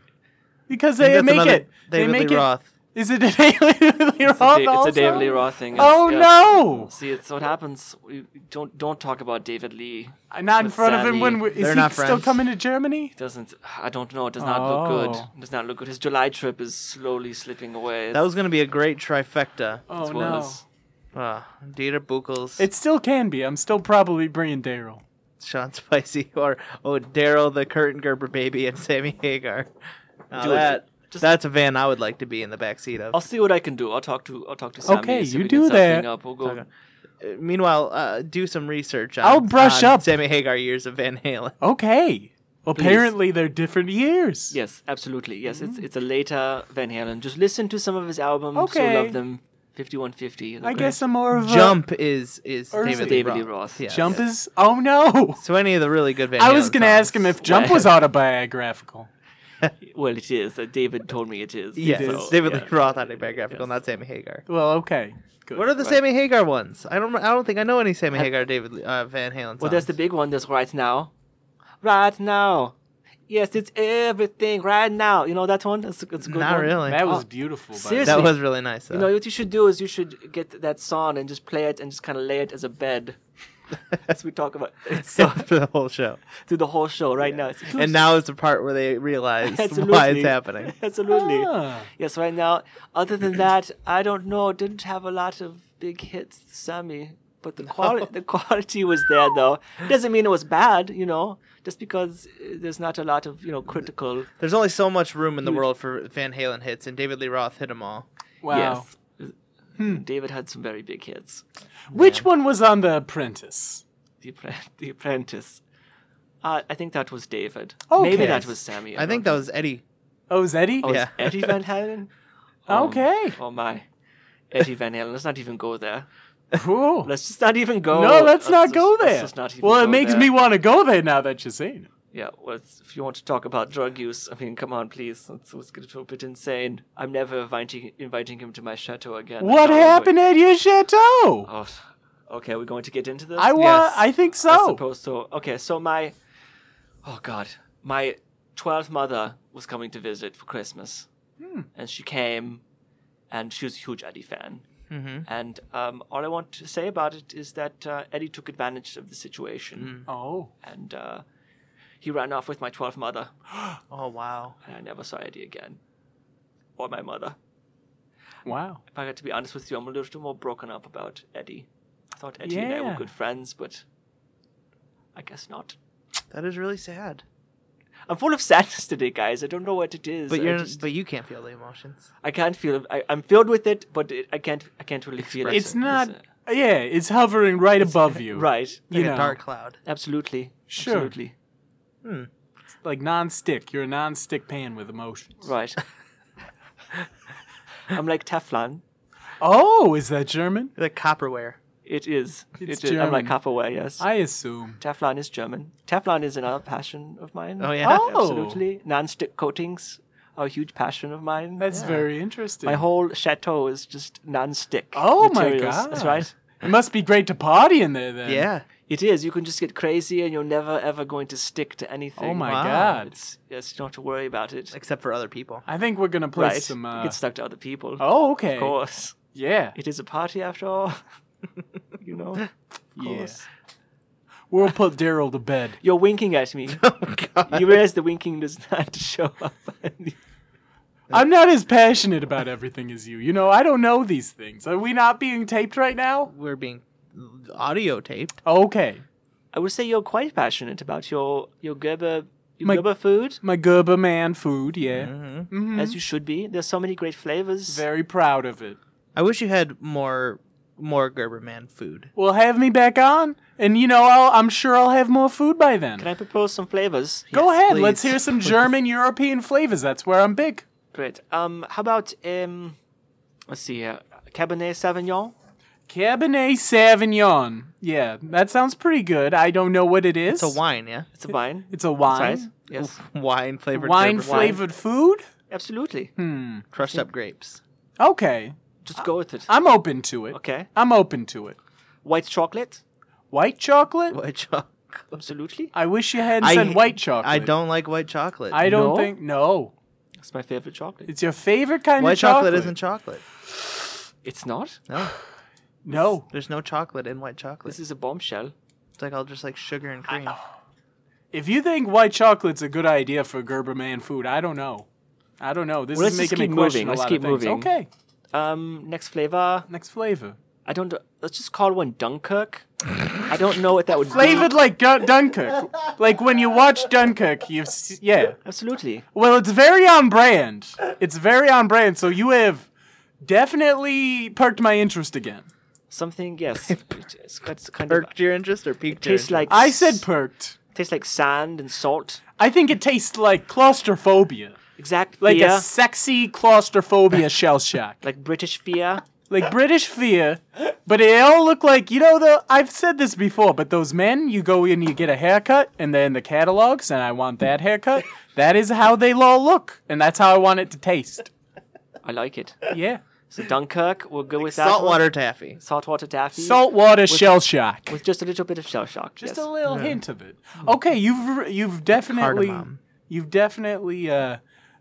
Speaker 3: Because
Speaker 2: Maybe
Speaker 3: they
Speaker 2: that's
Speaker 3: make
Speaker 2: another
Speaker 3: it. they
Speaker 2: David
Speaker 3: make
Speaker 2: Lee
Speaker 3: it.
Speaker 2: Roth.
Speaker 3: Is it a David Lee Roth
Speaker 4: It's a, Da- it's
Speaker 3: also?
Speaker 4: a David Lee Roth thing. yes,
Speaker 3: Oh,
Speaker 4: yes.
Speaker 3: no.
Speaker 4: See, it's what happens. We don't don't talk about David Lee.
Speaker 3: Uh, Not in
Speaker 4: With
Speaker 3: front of him
Speaker 4: Sammy.
Speaker 3: when we're, is
Speaker 2: They're
Speaker 3: he
Speaker 2: not
Speaker 3: still
Speaker 2: friends.
Speaker 3: coming to Germany?
Speaker 4: Doesn't I don't know. It does not look good.
Speaker 3: Oh.
Speaker 4: It does not look good. His July trip is slowly slipping away.
Speaker 2: That was going to be a great trifecta.
Speaker 3: Oh,
Speaker 4: well
Speaker 3: no.
Speaker 4: as-
Speaker 2: Ah, Dieter Buchels.
Speaker 3: It still can be. I'm still probably bringing Daryl.
Speaker 2: Sean (laughs) Spicy or oh Daryl the Curtin Gerber baby and Sammy Hagar. Now
Speaker 4: Do it.
Speaker 2: that
Speaker 4: Just-
Speaker 2: that's a van I would like to be in the back seat of.
Speaker 4: I'll see what I can do. I'll talk to I'll talk to Sammy.
Speaker 3: Okay,
Speaker 4: see if
Speaker 3: you
Speaker 4: we can
Speaker 3: do
Speaker 4: set something
Speaker 3: that.
Speaker 4: Up. We'll go.
Speaker 2: Okay. Uh, Meanwhile, uh, do some research. On,
Speaker 3: I'll brush
Speaker 2: on
Speaker 3: up.
Speaker 2: Sammy Hagar years of Van Halen.
Speaker 3: Okay. Apparently they're different years.
Speaker 4: Yes, absolutely. Yes, it's
Speaker 3: Mm-hmm.
Speaker 4: it's a later Van Halen. Just listen to some of his albums.
Speaker 3: Okay.
Speaker 4: So love them. Fifty one fifty.
Speaker 3: I guess I'm more of a
Speaker 2: Jump is is
Speaker 3: Or is
Speaker 2: David,
Speaker 3: it
Speaker 2: Lee
Speaker 4: David Lee
Speaker 2: Roth.
Speaker 4: Roth?
Speaker 2: Yes.
Speaker 3: Jump is oh no.
Speaker 2: So any of the really good Van
Speaker 3: I was
Speaker 2: Halen
Speaker 3: gonna
Speaker 2: songs.
Speaker 3: ask
Speaker 4: (laughs)
Speaker 3: him if Jump was autobiographical.
Speaker 4: Well, it is. Uh, David told me it is.
Speaker 2: Yes,
Speaker 3: did.
Speaker 2: it's David
Speaker 4: yeah.
Speaker 2: Lee Roth autobiographical,
Speaker 4: Yes.
Speaker 2: not Sammy Hagar.
Speaker 3: Well, okay. Good.
Speaker 2: What are the
Speaker 4: Right.
Speaker 2: Sammy Hagar ones? I don't. I don't think I know any Sammy Hagar, David Lee- uh, Van Halen. Songs.
Speaker 4: Well, there's the big one. That's right now. Right now. Yes, it's everything right now. You know that one? It's, it's a good
Speaker 2: Not
Speaker 4: one.
Speaker 2: really.
Speaker 3: that was
Speaker 4: Oh,
Speaker 3: beautiful. by the
Speaker 4: seriously?
Speaker 3: way.
Speaker 2: That was really nice. Though.
Speaker 4: You know what you should do is you should get that song and just play it and just kind of lay it as a bed, (laughs)
Speaker 2: (laughs)
Speaker 4: as we talk about it
Speaker 2: so for the whole show.
Speaker 4: through the whole show right now. It's-
Speaker 2: And now is the part where they
Speaker 3: (laughs)
Speaker 2: realize why
Speaker 4: Absolutely.
Speaker 2: it's happening.
Speaker 4: (laughs) Absolutely.
Speaker 3: Ah.
Speaker 4: Yes, right now. Other than that, I don't know. Didn't have a lot of big hits, Sammy. But the quality, the quality was there, though. Doesn't mean it was bad, you know. Just because uh, there's not a lot of you know critical.
Speaker 2: There's only so much room in the world for Van Halen hits, and David Lee Roth hit them all.
Speaker 3: Wow.
Speaker 4: Yes. Hmm. David had some very big hits.
Speaker 3: Which one was on The Apprentice?
Speaker 4: The, Appren- the Apprentice. Uh, I think that was David.
Speaker 3: Oh, Okay.
Speaker 4: Maybe that was Sammy.
Speaker 2: I think that was Eddie.
Speaker 3: Oh, is Eddie?
Speaker 4: Oh, it's
Speaker 2: yeah.
Speaker 4: Eddie Van Halen.
Speaker 3: (laughs) Okay.
Speaker 4: Oh my, Eddie Van Halen. Let's not even go there.
Speaker 3: Cool.
Speaker 4: Let's just not even go.
Speaker 3: no, let's not
Speaker 4: just-
Speaker 3: go
Speaker 4: let's
Speaker 3: there.
Speaker 4: just not even
Speaker 3: well, it
Speaker 4: go
Speaker 3: makes
Speaker 4: there.
Speaker 3: me want to go there now that you're saying. it.
Speaker 4: Yeah, well, it's- if you want to talk about drug use, I mean, come on, please. It's, it's getting a bit insane. I'm never inviting inviting him to my chateau again.
Speaker 3: What
Speaker 4: No, wait.
Speaker 3: happened at your chateau?
Speaker 4: Oh, okay. We're going to get into this.
Speaker 3: I wa-
Speaker 2: Yes.
Speaker 3: I think
Speaker 4: I
Speaker 3: so.
Speaker 4: suppose so. Okay, so my, oh god, my twelfth mother was coming to visit for Christmas,
Speaker 3: Hmm.
Speaker 4: and she came, and she was a huge Eddie fan.
Speaker 3: Mm-hmm.
Speaker 2: Mhm.
Speaker 4: And um, all I want to say about it is that uh, Eddie took advantage of the situation,
Speaker 3: Oh.
Speaker 4: and uh, he ran off with my twelfth mother,
Speaker 2: Oh wow.
Speaker 4: and I never saw Eddie again, or my mother.
Speaker 3: Wow.
Speaker 4: If I got to be honest with you, I'm a little more broken up about Eddie. I thought Eddie and I
Speaker 3: Yeah.
Speaker 4: were good friends, but I guess not.
Speaker 2: That is really sad.
Speaker 4: I'm full of sadness today, guys. I don't know what it is.
Speaker 2: But
Speaker 4: I,
Speaker 2: you're
Speaker 4: just-
Speaker 2: but you can't feel the emotions.
Speaker 4: I can't feel. it. I, I'm filled with it, but it, I can't. I can't really feel it.
Speaker 3: It's not.
Speaker 4: uh,
Speaker 3: yeah, it's hovering right
Speaker 4: (laughs)
Speaker 3: above you.
Speaker 4: right.
Speaker 3: You
Speaker 2: Like
Speaker 3: know,
Speaker 2: a dark cloud.
Speaker 4: Absolutely.
Speaker 3: Sure.
Speaker 4: Absolutely.
Speaker 3: like non-stick. You're a non-stick pan with emotions. (laughs)
Speaker 4: Right. I'm like Teflon.
Speaker 3: Oh, is that German?
Speaker 2: Like copperware.
Speaker 4: It is.
Speaker 3: It's
Speaker 4: It is. I'm like
Speaker 3: German.
Speaker 4: Copperware. Yes.
Speaker 3: I assume.
Speaker 4: Teflon is German. Teflon is another passion of mine.
Speaker 2: Oh yeah.
Speaker 3: Oh.
Speaker 4: Absolutely. Non-stick coatings are a huge passion of mine.
Speaker 3: That's very interesting.
Speaker 4: my whole chateau is just non-stick.
Speaker 3: Oh my
Speaker 4: materials. That's
Speaker 3: God.
Speaker 4: right.
Speaker 3: It must be great to party in there then.
Speaker 2: Yeah.
Speaker 4: It is. You can just get crazy, and you're never ever going to stick to anything.
Speaker 3: Oh my
Speaker 2: Wow.
Speaker 3: god.
Speaker 4: It's yes, you don't have to worry about it.
Speaker 2: Except for other people. (laughs)
Speaker 3: I think we're gonna play
Speaker 4: right?
Speaker 3: some.
Speaker 4: you
Speaker 3: Uh,
Speaker 4: get stuck to other people.
Speaker 3: oh, okay.
Speaker 4: Of course,
Speaker 3: Yeah.
Speaker 4: it is a party after all. (laughs) you know. Of
Speaker 3: (laughs) Yeah.
Speaker 4: course.
Speaker 3: We'll put Daryl to bed.
Speaker 4: (laughs) You're winking at me.
Speaker 2: Oh god.
Speaker 4: you realize the winking does (laughs) not show up.
Speaker 3: I'm not as passionate about everything as you. You know, I don't know these things. Are we not being taped right now?
Speaker 2: We're being audio taped.
Speaker 3: Okay.
Speaker 4: I would say you're quite passionate about your your Gerber your
Speaker 3: My- Mm-hmm.
Speaker 4: Gerber food,
Speaker 3: My Gerber man food, yeah.
Speaker 2: Mm-hmm.
Speaker 3: Mm-hmm.
Speaker 4: as you should be. There's so many great flavors.
Speaker 3: Very proud of it.
Speaker 2: I wish you had more more Gerberman food.
Speaker 3: Well, have me back on, and you know, I'll, I'm sure I'll have more food by then.
Speaker 4: Can I propose some flavors?
Speaker 3: Go
Speaker 2: Yes,
Speaker 3: ahead.
Speaker 2: please.
Speaker 3: Let's hear some German European flavors. That's where I'm big.
Speaker 4: Great. Um, how about um, let's see here, Cabernet Sauvignon.
Speaker 3: Cabernet Sauvignon. Yeah, that sounds pretty good. I don't know what it is.
Speaker 2: It's a wine, yeah.
Speaker 4: It's a wine.
Speaker 3: It's a wine.
Speaker 4: Size. Yes,
Speaker 2: Wine flavored
Speaker 3: Wine
Speaker 2: Gerber-
Speaker 3: flavored food.
Speaker 4: absolutely.
Speaker 3: Hmm.
Speaker 2: crushed up grapes.
Speaker 3: Okay,
Speaker 4: Just go with it.
Speaker 3: I'm open to it.
Speaker 4: Okay.
Speaker 3: I'm open to it.
Speaker 4: White chocolate.
Speaker 3: White chocolate.
Speaker 2: White (laughs) chocolate.
Speaker 4: Absolutely.
Speaker 3: I wish you hadn't said white chocolate.
Speaker 2: I don't like white chocolate.
Speaker 3: I don't
Speaker 4: No?
Speaker 3: think. No,
Speaker 4: It's my favorite chocolate.
Speaker 3: it's your favorite kind
Speaker 2: white
Speaker 3: of chocolate.
Speaker 2: chocolate isn't chocolate.
Speaker 4: It's not.
Speaker 2: No,
Speaker 3: No,
Speaker 2: there's no chocolate in white chocolate.
Speaker 4: This is a bombshell.
Speaker 2: It's like all just like sugar and cream.
Speaker 3: if you think white chocolate's a good idea for Gerber man food, I don't know. I don't know. This
Speaker 4: Well,
Speaker 3: is
Speaker 4: let's just
Speaker 3: making me
Speaker 4: keep
Speaker 3: question
Speaker 4: moving.
Speaker 3: a
Speaker 4: Let's
Speaker 3: lot
Speaker 4: keep
Speaker 3: of things.
Speaker 4: moving.
Speaker 3: Okay,
Speaker 4: Um, next flavor.
Speaker 3: next flavor. (laughs)
Speaker 4: I don't. Let's just call one Dunkirk. I don't know what that would
Speaker 3: flavored
Speaker 4: be.
Speaker 3: like Gun- Dunkirk. Like when you watch Dunkirk, you see, yeah.
Speaker 4: Absolutely.
Speaker 3: Well, it's very on brand. It's very on brand. So you have definitely perked my interest again. (laughs)
Speaker 4: Something, yes. It- it's, it's kind of
Speaker 2: Perked your interest or piqued your interest?
Speaker 4: tastes like
Speaker 3: I said
Speaker 4: s-
Speaker 3: perked.
Speaker 4: tastes like sand and salt.
Speaker 3: I think it tastes like claustrophobia,
Speaker 4: Exact
Speaker 3: like
Speaker 4: fear,
Speaker 3: a sexy claustrophobia shell shock,
Speaker 4: like British fear.
Speaker 3: like British fear. But they all look like you know. The I've said this before, but those men, you go in, you get a haircut, and they're in the catalogs, and I want that haircut. That is how they all look, and that's how I want it to taste.
Speaker 4: I like it.
Speaker 3: Yeah.
Speaker 4: So Dunkirk, we'll go with that. one.
Speaker 2: saltwater taffy.
Speaker 4: saltwater taffy,
Speaker 3: Saltwater shell shock.
Speaker 4: with just a little bit of shell shock.
Speaker 3: Just
Speaker 4: yes.
Speaker 3: a little hint of it. Okay, you've you've definitely
Speaker 2: cardamom.
Speaker 3: you've definitely uh,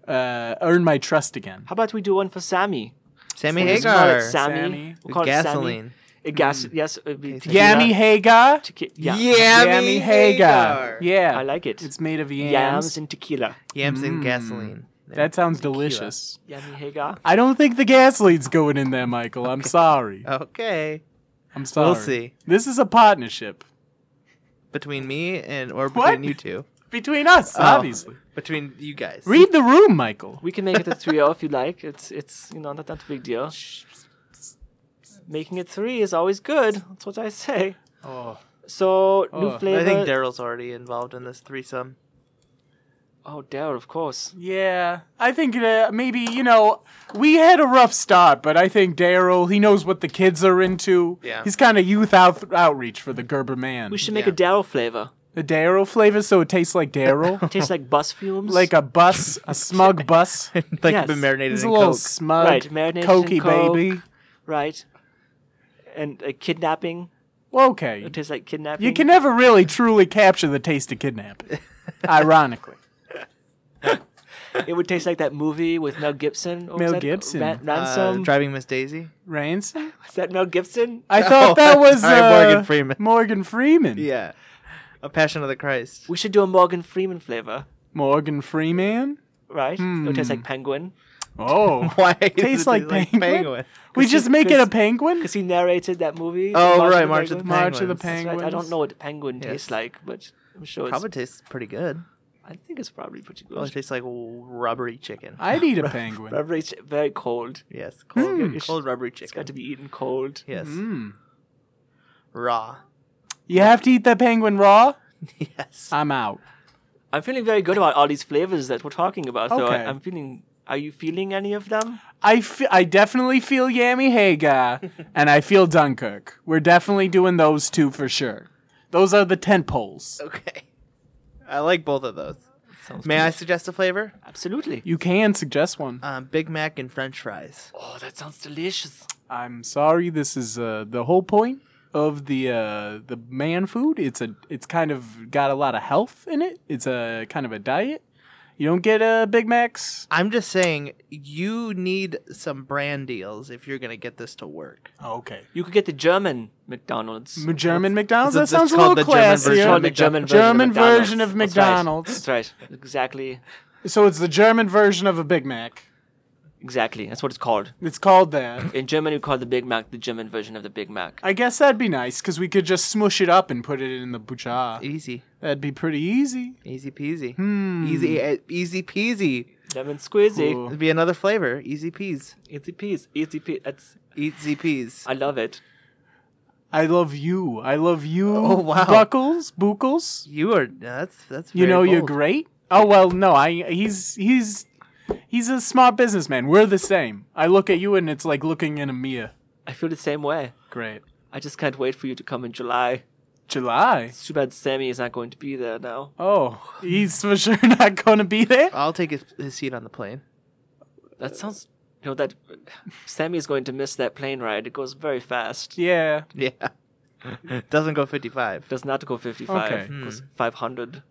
Speaker 3: uh, earned my trust again.
Speaker 4: How about we do one for Sammy?
Speaker 2: Sammy
Speaker 4: Let's call it
Speaker 2: Hagar.
Speaker 4: Sammy.
Speaker 3: Sammy.
Speaker 4: We'll call
Speaker 2: With
Speaker 4: it Sammy.
Speaker 2: gasoline.
Speaker 4: It gas.
Speaker 3: Mm.
Speaker 4: Yes. It'd be tequila,
Speaker 3: Yammy Hagar.
Speaker 4: tequi- yeah.
Speaker 2: Yammy Hagar.
Speaker 3: Yeah,
Speaker 4: I like it.
Speaker 3: It's made of yams.
Speaker 4: Yams and tequila.
Speaker 2: Yams and gasoline.
Speaker 3: Mm. that sounds delicious.
Speaker 4: Yammy Hagar.
Speaker 3: I don't think the gasoline's going in there, Michael. I'm sorry.
Speaker 2: Okay.
Speaker 3: I'm sorry.
Speaker 2: see.
Speaker 3: This is a partnership
Speaker 2: Between me and or between
Speaker 3: What?
Speaker 2: you two.
Speaker 3: between us,
Speaker 2: Oh.
Speaker 3: obviously.
Speaker 2: Between you guys.
Speaker 3: Read the room, Michael.
Speaker 4: We can make it a trio if you like. It's it's you know not that big deal. Making it three is always good. That's what I say.
Speaker 3: Oh,
Speaker 4: So
Speaker 3: Oh,
Speaker 4: new
Speaker 3: I
Speaker 4: flavor.
Speaker 2: I think Daryl's already involved in this threesome. (laughs)
Speaker 4: oh, Daryl, of course.
Speaker 3: yeah. I think uh, maybe you know we had a rough start, but I think Daryl he knows what the kids are into.
Speaker 2: Yeah.
Speaker 3: He's kind of youth out- outreach for the Gerber man.
Speaker 4: We should make
Speaker 2: Yeah.
Speaker 4: a Daryl flavor.
Speaker 3: the Daryl flavor, so it tastes like
Speaker 2: (laughs)
Speaker 3: Daryl,
Speaker 4: Tastes like bus fumes.
Speaker 3: like a bus, a smug
Speaker 2: (laughs)
Speaker 3: bus.
Speaker 2: like
Speaker 4: Yes.
Speaker 2: been marinated
Speaker 3: It's
Speaker 2: in
Speaker 3: a little
Speaker 2: coke.
Speaker 3: smug,
Speaker 4: Right, marinated in
Speaker 3: cokey
Speaker 4: Coke.
Speaker 3: baby.
Speaker 4: right. And a kidnapping.
Speaker 3: Okay,
Speaker 4: It tastes like kidnapping.
Speaker 3: you can never really truly capture the taste of kidnapping, ironically.
Speaker 4: It would taste like that movie with Mel Gibson. What was
Speaker 3: Mel
Speaker 4: that?
Speaker 3: Gibson.
Speaker 4: Ra-
Speaker 2: Uh,
Speaker 4: Ransom.
Speaker 2: driving Miss Daisy.
Speaker 3: Ransom?
Speaker 4: Is that Mel Gibson?
Speaker 3: I thought that was
Speaker 2: All right, Morgan
Speaker 3: uh,
Speaker 2: Freeman.
Speaker 3: Morgan Freeman.
Speaker 2: Yeah. A Passion of the Christ.
Speaker 4: We should do a Morgan Freeman flavor,
Speaker 3: Morgan Freeman.
Speaker 4: right? It would taste like penguin
Speaker 3: Oh,
Speaker 2: (laughs) Why? does it
Speaker 3: tastes
Speaker 2: taste
Speaker 3: like, penguin? We just make it a penguin.
Speaker 4: because he narrated that movie.
Speaker 2: Oh,
Speaker 4: March of
Speaker 2: right,
Speaker 4: the
Speaker 2: March of the
Speaker 4: Penguins.
Speaker 3: March of the
Speaker 4: That's
Speaker 3: Penguins.
Speaker 4: right. I don't know what penguin tastes
Speaker 2: Yes.
Speaker 4: like, but I'm sure it's.
Speaker 2: Probably tastes pretty good.
Speaker 4: I think it's probably pretty
Speaker 2: Probably
Speaker 4: good.
Speaker 2: tastes like rubbery chicken.
Speaker 3: I'd eat a penguin.
Speaker 4: Probably it's very cold.
Speaker 2: Yes, cold,
Speaker 4: Mm.
Speaker 2: cold rubbery
Speaker 4: It's got to
Speaker 2: chicken.
Speaker 4: be eaten cold.
Speaker 2: Yes,
Speaker 3: Mm.
Speaker 2: raw. (laughs)
Speaker 3: You have to eat that penguin raw.
Speaker 2: Yes.
Speaker 3: I'm out.
Speaker 4: I'm feeling very good about all these flavors that we're talking about. So
Speaker 3: Okay.
Speaker 4: I, I'm feeling. Are you feeling any of them?
Speaker 3: I, f- I definitely feel Yami Haga and I feel Dunkirk. We're definitely doing those two for sure. Those are the tent poles.
Speaker 2: Okay. I like both of those. May I suggest a flavor?
Speaker 4: Absolutely.
Speaker 3: You can suggest one.
Speaker 2: Um, Big Mac and French fries.
Speaker 4: Oh, that sounds delicious.
Speaker 3: I'm sorry, this is uh, the whole point of the uh, the man food. It's a it's kind of got a lot of health in it. It's a kind of a diet. You don't get uh, Big Macs.
Speaker 2: I'm just saying, you need some brand deals if you're gonna get this to work.
Speaker 3: Okay.
Speaker 4: You could get the German McDonald's.
Speaker 3: M- German McDonald's. That
Speaker 2: It's- it's
Speaker 3: sounds a
Speaker 2: called
Speaker 3: little
Speaker 2: the German version
Speaker 4: It's
Speaker 2: Yeah.
Speaker 4: called the
Speaker 3: classier.
Speaker 4: German version.
Speaker 3: German
Speaker 4: of McDonald's.
Speaker 3: version of
Speaker 4: That's right.
Speaker 3: McDonald's.
Speaker 4: That's right. Exactly.
Speaker 3: So it's the German version of a Big Mac.
Speaker 4: Exactly. That's what it's called.
Speaker 3: It's called that.
Speaker 4: In German, we call the Big Mac the German version of the Big Mac.
Speaker 3: I guess that'd be nice because we could just smush it up and put it in the bucha.
Speaker 2: Easy,
Speaker 3: That'd be pretty easy.
Speaker 2: easy peasy.
Speaker 3: Hmm.
Speaker 2: Easy, uh, easy peasy.
Speaker 4: Lemon squeezy.
Speaker 3: Ooh.
Speaker 2: It'd be another flavor. Easy peas.
Speaker 4: Easy peas. Easy peas. That's.
Speaker 2: Easy peas.
Speaker 4: I love it.
Speaker 3: I love you. I love you.
Speaker 2: Oh, wow.
Speaker 3: Buckles, Buckles.
Speaker 2: You are. That's that's.
Speaker 3: You
Speaker 2: very
Speaker 3: know you're
Speaker 2: bold.
Speaker 3: great. Oh well, no. I he's he's he's a smart businessman. We're the same. I look at you and it's like looking in a mirror.
Speaker 4: I feel the same way.
Speaker 3: Great.
Speaker 4: I just can't wait for you to come in July.
Speaker 3: July.
Speaker 4: It's too bad Sammy is not going to be there now.
Speaker 3: Oh, he's for (laughs) sure not going to be there.
Speaker 2: I'll take his, his seat on the plane. (laughs)
Speaker 4: That sounds. You know that (sighs) Sammy is going to miss that plane ride. It goes very fast.
Speaker 3: Yeah.
Speaker 2: Yeah. Doesn't go 55.
Speaker 4: Does not go 55.
Speaker 3: Okay.
Speaker 4: It goes 500.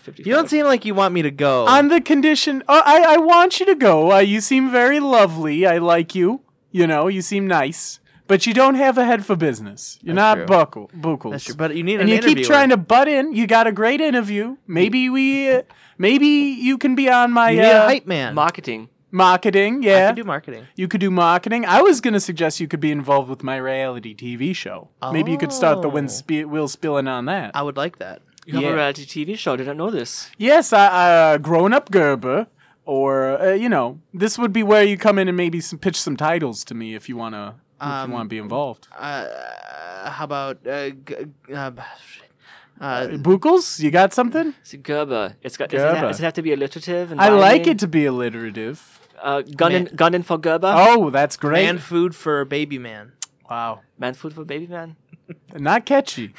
Speaker 4: 55.
Speaker 2: You don't seem like you want me to go.
Speaker 3: On the condition, oh, I I want you to go. Uh, you seem very lovely. I like you. You know, you seem nice, but you don't have a head for business. You're
Speaker 2: That's
Speaker 3: not
Speaker 2: true.
Speaker 3: buckle buckles.
Speaker 2: That's true, but you need
Speaker 3: and
Speaker 2: an
Speaker 3: you keep
Speaker 2: interviewer.
Speaker 3: trying to butt in. You got a great interview. Maybe we, uh, maybe you can be on my
Speaker 2: You need
Speaker 3: uh,
Speaker 2: a hype man.
Speaker 4: Marketing.
Speaker 3: Marketing,
Speaker 2: I
Speaker 3: yeah.
Speaker 2: could do marketing.
Speaker 3: you could do marketing. I was going to suggest you could be involved with my reality TV show. Maybe you could start the
Speaker 2: Oh.
Speaker 3: win spe- wheel spilling on that.
Speaker 2: I would like that.
Speaker 4: You have
Speaker 3: Yeah.
Speaker 4: a reality TV show. Did I know this?
Speaker 3: Yes, uh, uh, grown up Gerber, or uh, you know, this would be where you come in and maybe some, pitch some titles to me if you wanna if
Speaker 2: Um,
Speaker 3: you wanna be involved.
Speaker 2: Uh, how about uh, g- g- uh, shit. uh,
Speaker 3: Buchels, you got something?
Speaker 4: It's Gerber. It's got. Does it, ha-
Speaker 3: Gerber.
Speaker 4: does it have to be alliterative? And
Speaker 3: I like
Speaker 4: rhyming?
Speaker 3: it to be alliterative.
Speaker 4: Uh, Gunnen, Gunnen for Gerber.
Speaker 3: Oh, that's great!
Speaker 2: Uh, man food for baby man?
Speaker 3: Wow,
Speaker 4: Man food for baby man.
Speaker 3: not catchy.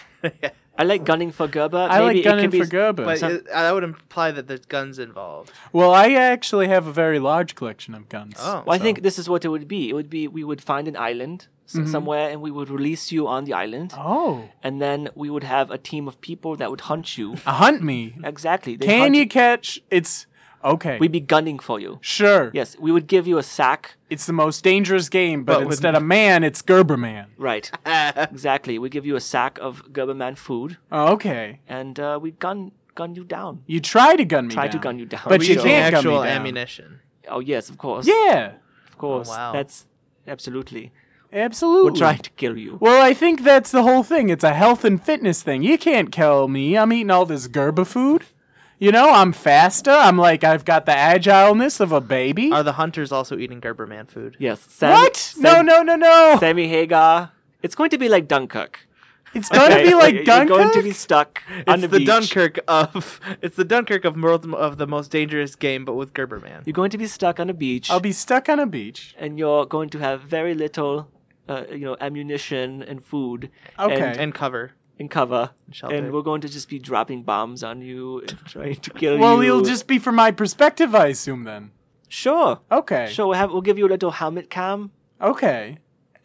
Speaker 4: I like gunning for Gerber.
Speaker 3: I
Speaker 4: Maybe
Speaker 3: like
Speaker 4: it
Speaker 3: gunning
Speaker 4: could be
Speaker 3: for Gerber.
Speaker 2: But it, uh, that would imply that there's guns involved.
Speaker 3: well, I actually have a very large collection of guns.
Speaker 2: Oh.
Speaker 4: Well,
Speaker 2: (laughs)
Speaker 4: I think this is what it would be. It would be we would find an island s- somewhere, and we would release you on the island,
Speaker 3: Mm-hmm. Oh,
Speaker 4: and then we would have a team of people that would
Speaker 3: (laughs)
Speaker 4: hunt you.
Speaker 3: a hunt me.
Speaker 4: exactly. They'd
Speaker 3: Can
Speaker 4: hunt
Speaker 3: you catch? It's okay.
Speaker 4: We'd be gunning for you.
Speaker 3: sure.
Speaker 4: Yes, we would give you a sack.
Speaker 3: It's the most dangerous game, but,
Speaker 2: But with-
Speaker 3: instead of man, it's Gerber man.
Speaker 4: Right. exactly. We give you a sack of Gerberman food,
Speaker 3: Oh, okay.
Speaker 4: and uh, we gun gun you down.
Speaker 3: You try to gun me
Speaker 4: Try
Speaker 3: down.
Speaker 4: to gun you down.
Speaker 3: But
Speaker 2: We're
Speaker 3: you
Speaker 2: using
Speaker 3: can't
Speaker 2: actual
Speaker 3: gun me down.
Speaker 2: ammunition.
Speaker 4: Oh yes, of course.
Speaker 3: Yeah,
Speaker 4: of course.
Speaker 2: wow.
Speaker 4: That's absolutely.
Speaker 3: absolutely.
Speaker 4: We're trying to kill you.
Speaker 3: Well, I think that's the whole thing. It's a health and fitness thing. You can't kill me. I'm eating all this Gerber food. You know, I'm faster. I'm like, I've got the agileness of a baby.
Speaker 2: Are the hunters also eating Gerber man food?
Speaker 4: Yes. Sam,
Speaker 3: what? no,
Speaker 4: Sam-
Speaker 3: no, no, no.
Speaker 4: Sammy Hagar. It's going to be like Dunkirk.
Speaker 3: It's going to
Speaker 4: Okay,
Speaker 3: be like
Speaker 4: You're going to
Speaker 3: Dunkirk.
Speaker 4: be stuck on
Speaker 2: It's
Speaker 4: the,
Speaker 2: the,
Speaker 4: beach.
Speaker 2: Dunkirk of (laughs) it's the Dunkirk of world of the most dangerous game, but with Gerber man.
Speaker 4: You're going to be stuck on a beach,
Speaker 3: I'll be stuck on a beach.
Speaker 4: and you're going to have very little, uh, you know, ammunition and food
Speaker 3: Okay.
Speaker 4: and,
Speaker 2: and cover.
Speaker 4: and cover,
Speaker 2: Shelter.
Speaker 4: and we're going to just be dropping bombs on you and (laughs) trying to kill you.
Speaker 3: Well, it'll just be from my perspective, I assume, then.
Speaker 4: sure,
Speaker 3: Okay.
Speaker 4: sure. We'll have we'll give you a little helmet cam,
Speaker 3: Okay.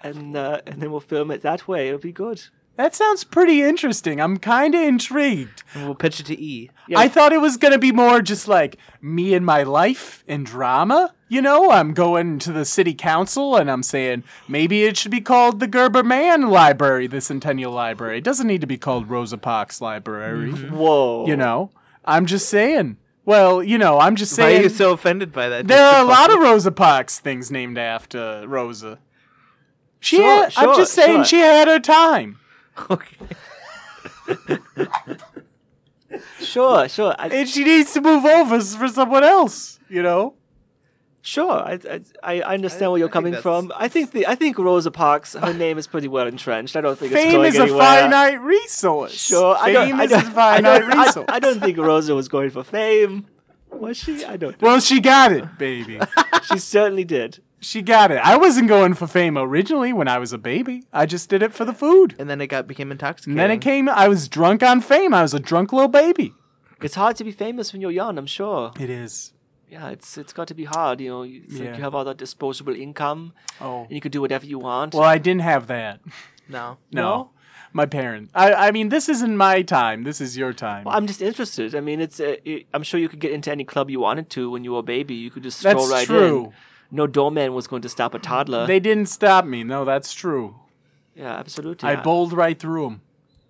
Speaker 4: and uh, and then we'll film it that way. It'll be good.
Speaker 3: That sounds pretty interesting. I'm kind of intrigued.
Speaker 2: And we'll pitch it to E.
Speaker 4: Yeah.
Speaker 3: I thought it was going to be more just like me and my life and drama. You know, I'm going to the city council and I'm saying maybe it should be called the Gerber Mann Library, the Centennial Library. It doesn't need to be called Rosa Parks Library.
Speaker 4: Mm-hmm. Whoa,
Speaker 3: You know, I'm just saying. Well, you know, I'm just
Speaker 2: Why are
Speaker 3: saying.
Speaker 2: you so offended by that?
Speaker 3: there are a
Speaker 2: Mr.
Speaker 3: lot
Speaker 2: Paul?
Speaker 3: of Rosa Parks things named after Rosa. She
Speaker 4: Sure,
Speaker 3: had- I'm
Speaker 4: sure,
Speaker 3: just saying
Speaker 4: sure.
Speaker 3: she had her time.
Speaker 2: (laughs) Okay.
Speaker 4: sure, sure, I,
Speaker 3: And she needs to move over s- for someone else, you know?
Speaker 4: sure. I, I I I understand where
Speaker 2: I
Speaker 4: you're
Speaker 2: think
Speaker 4: coming
Speaker 2: that's-
Speaker 4: from. I think the I think Rosa
Speaker 2: (laughs)
Speaker 4: Parks, her name is pretty well entrenched. I don't think it's
Speaker 3: Fame
Speaker 4: going
Speaker 3: is a
Speaker 4: anywhere.
Speaker 3: finite resource.
Speaker 4: Sure, I don't,
Speaker 3: Fame
Speaker 4: I
Speaker 3: is a
Speaker 4: don't, I,
Speaker 3: finite
Speaker 4: don't, I,
Speaker 3: resource.
Speaker 4: I don't think Rosa was going for fame. Was she? I don't.
Speaker 3: Well, she got
Speaker 4: (laughs)
Speaker 3: it, baby.
Speaker 4: know. she certainly did.
Speaker 3: she got it. I wasn't going for fame originally when I was a baby. I just did it for the food.
Speaker 2: And then it got became intoxicating.
Speaker 3: And then it came, I was drunk on fame. I was a drunk little baby.
Speaker 4: It's hard to be famous when you're young. I'm sure.
Speaker 3: It is.
Speaker 4: Yeah, it's it's got to be hard. You know, you- it's
Speaker 3: Yeah.
Speaker 4: like you have all that disposable income,
Speaker 3: Oh.
Speaker 4: and you can do whatever you want.
Speaker 3: Well, I didn't have that.
Speaker 2: No.
Speaker 3: No.
Speaker 4: No?
Speaker 3: My parents. I, I mean, this isn't my time. This is your time.
Speaker 4: I'm just interested. I mean, it's. Uh, it, I'm sure you could get into any club you wanted to when you were a baby. You could just stroll
Speaker 3: That's
Speaker 4: right
Speaker 3: true.
Speaker 4: in. No doorman was going to stop a toddler.
Speaker 3: They didn't stop me. No, that's true.
Speaker 4: yeah, absolutely.
Speaker 3: I bowled right through them.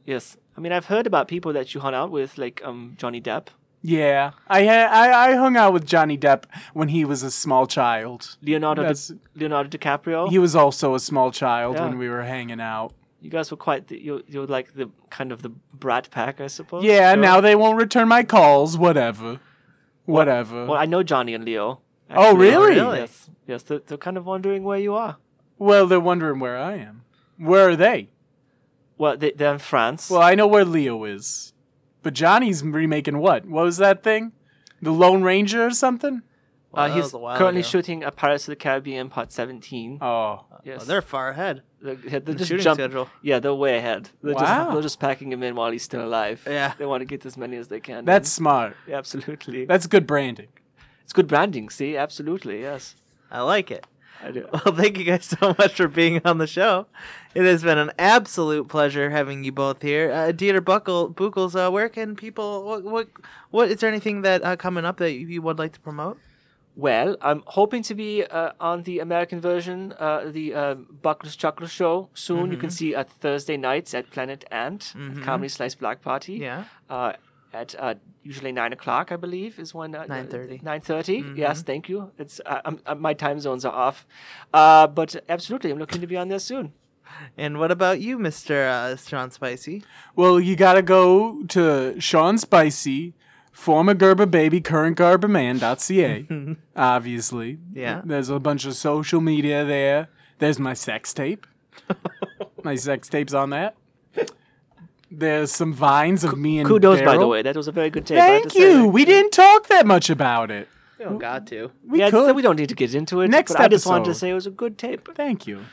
Speaker 4: Yes, I mean, I've heard about people that you hung out with, like um Johnny Depp.
Speaker 3: Yeah, I, ha- I I hung out with Johnny Depp when he was a small child.
Speaker 4: Leonardo
Speaker 3: That's-
Speaker 4: Di- Leonardo DiCaprio.
Speaker 3: He was also a small child
Speaker 4: Yeah.
Speaker 3: when we were hanging out.
Speaker 4: You guys were quite the, you you're like the kind of the brat pack, I suppose.
Speaker 3: Yeah,
Speaker 4: Oh, Sure.
Speaker 3: now they won't return my calls. Whatever, whatever.
Speaker 4: Well, I know Johnny and Leo.
Speaker 3: Oh, really?
Speaker 2: Really?
Speaker 4: Yes. Yes. They're, they're kind of wondering where you are.
Speaker 3: Well, they're wondering where I am. Where are they?
Speaker 4: Well, they, they're in France.
Speaker 3: Well, I know where Leo is, but Johnny's remaking what? What was that thing? The Lone Ranger or something?
Speaker 2: Wow,
Speaker 4: uh,
Speaker 2: Oh, that
Speaker 4: he's
Speaker 2: was a while
Speaker 4: currently
Speaker 2: ago.
Speaker 4: shooting a Pirates of the Caribbean Part 17.
Speaker 3: Oh,
Speaker 4: yes.
Speaker 2: Oh, they're far ahead.
Speaker 4: they're, yeah, they're
Speaker 2: the
Speaker 4: just
Speaker 2: shooting
Speaker 4: jump-
Speaker 2: schedule.
Speaker 4: Yeah, they're way ahead. They're,
Speaker 3: Wow.
Speaker 4: just, they're just packing him in while he's still alive.
Speaker 2: Yeah.
Speaker 4: They want to get as many as they can. in.
Speaker 3: that's smart.
Speaker 4: Yeah, absolutely.
Speaker 3: That's good branding.
Speaker 4: it's good branding. See, absolutely. Yes.
Speaker 2: I like it.
Speaker 4: I do.
Speaker 2: Well, thank you guys so much for being on the show. It has been an absolute pleasure having you both here. Uh, Dieter Buckle, Buckles, uh, where can people? What, what, what is there anything that uh, coming up that you, you would like to promote?
Speaker 4: Well, I'm hoping to be uh, on the American version, uh, the uh, Buckles Chocolate Show soon.
Speaker 3: Mm-hmm.
Speaker 4: uh, You can see at Thursday nights at Planet Ant, at Comedy Slice Black Party.
Speaker 2: Yeah.
Speaker 4: Uh, at uh, usually nine o'clock, I believe, is when uh,
Speaker 2: 9:30.
Speaker 4: Nine
Speaker 3: Mm-hmm.
Speaker 4: Yes, thank you. It's uh, I'm, uh, my time zones are off, uh, but absolutely, I'm looking to be on there soon.
Speaker 2: And what about you, Mister uh, Sean Spicy?
Speaker 3: Well, you gotta go to Sean Spicy, former Gerber baby, current
Speaker 4: (laughs)
Speaker 3: GerberMan.ca. obviously,
Speaker 2: Yeah.
Speaker 3: There's a bunch of social media there. There's my sex
Speaker 4: (laughs)
Speaker 3: tape. my sex tape's on that. There's some vines of me and
Speaker 4: Kudos, by the
Speaker 3: Daryl.
Speaker 4: way. That was a very good tape. I have
Speaker 3: Thank
Speaker 4: to say.
Speaker 3: you. We didn't talk that much about it.
Speaker 2: We don't got to.
Speaker 3: We
Speaker 4: yeah,
Speaker 3: could.
Speaker 4: so we don't need to get into it.
Speaker 3: Next
Speaker 4: but I just wanted to
Speaker 3: episode.
Speaker 4: say it was a good tape.
Speaker 3: Thank you.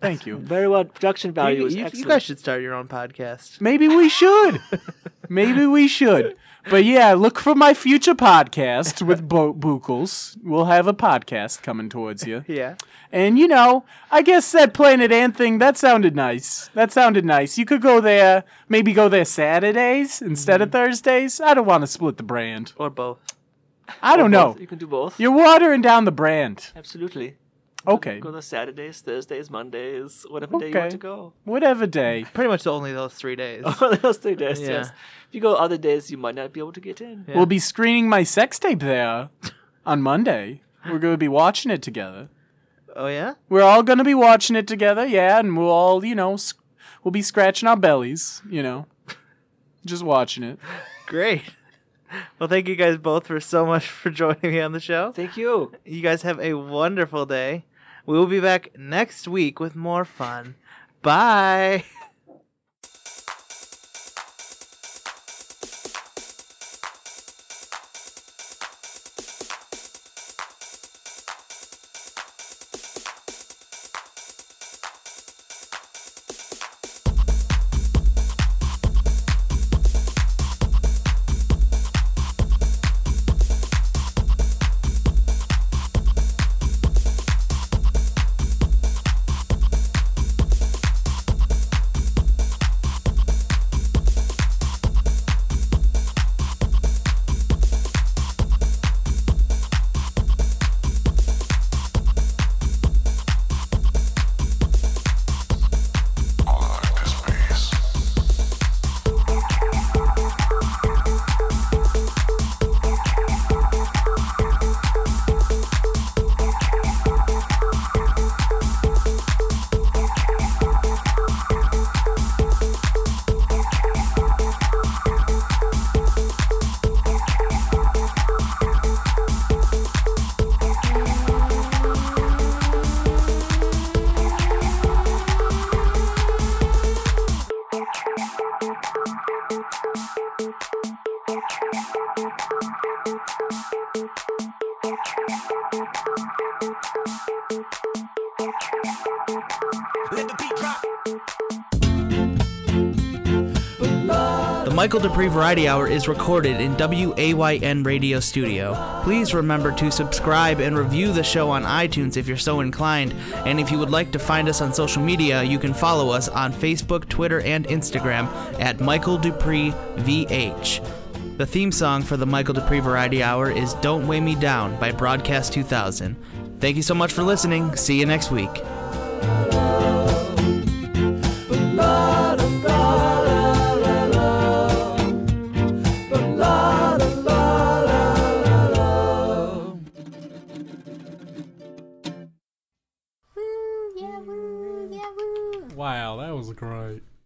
Speaker 3: Thank
Speaker 4: (laughs)
Speaker 3: you.
Speaker 4: Very well, production value
Speaker 2: You,
Speaker 4: Oh, was
Speaker 2: you- you
Speaker 4: excellent.
Speaker 2: guys should start your own podcast.
Speaker 3: Maybe we should. Maybe we should. But yeah, look for my future podcast with Bo- Buchels. We'll have a podcast coming towards you.
Speaker 2: Yeah.
Speaker 3: And you know, I guess that Planet Ant thing, that sounded nice. That sounded nice. You could go there, maybe go there Saturdays instead
Speaker 4: Mm-hmm.
Speaker 3: of Thursdays. I don't want to split the brand.
Speaker 2: Or both.
Speaker 3: I don't know.
Speaker 4: Both. You can do both.
Speaker 3: You're watering down the brand.
Speaker 4: Absolutely.
Speaker 3: Okay.
Speaker 4: Go to Saturdays, Thursdays, Mondays, whatever day you want
Speaker 3: Okay.
Speaker 4: to go. (laughs)
Speaker 3: Whatever day.
Speaker 2: Pretty much only those three days.
Speaker 4: Those three days,
Speaker 2: Yeah.
Speaker 4: yes. If you go other days, you might not be able to get in.
Speaker 3: We'll be screening my sex tape there on Monday. We're going to be watching it together.
Speaker 2: oh yeah.
Speaker 3: We're all going to be watching it together, yeah, and we'll all, you know, sc- we'll be scratching our bellies, you know, just watching it.
Speaker 2: Great. (laughs) Well, thank you guys both for so much for (laughs) joining me on the show.
Speaker 4: Thank you.
Speaker 2: You guys have a wonderful day. We will be back next week with more fun. Bye. The Michael Dupree Variety Hour is recorded in WAYN Radio Studio. Please remember to subscribe and review the show on iTunes if you're so inclined. And if you would like to find us on social media, you can follow us on Facebook, Twitter, and Instagram at Michael Dupree VH. The theme song for the Michael Dupree Variety Hour is Don't Weigh Me Down by Broadcast 2000. Thank you so much for listening. See you next week.
Speaker 5: Woo, yeah, woo, yeah, woo.
Speaker 6: Wow, that was great.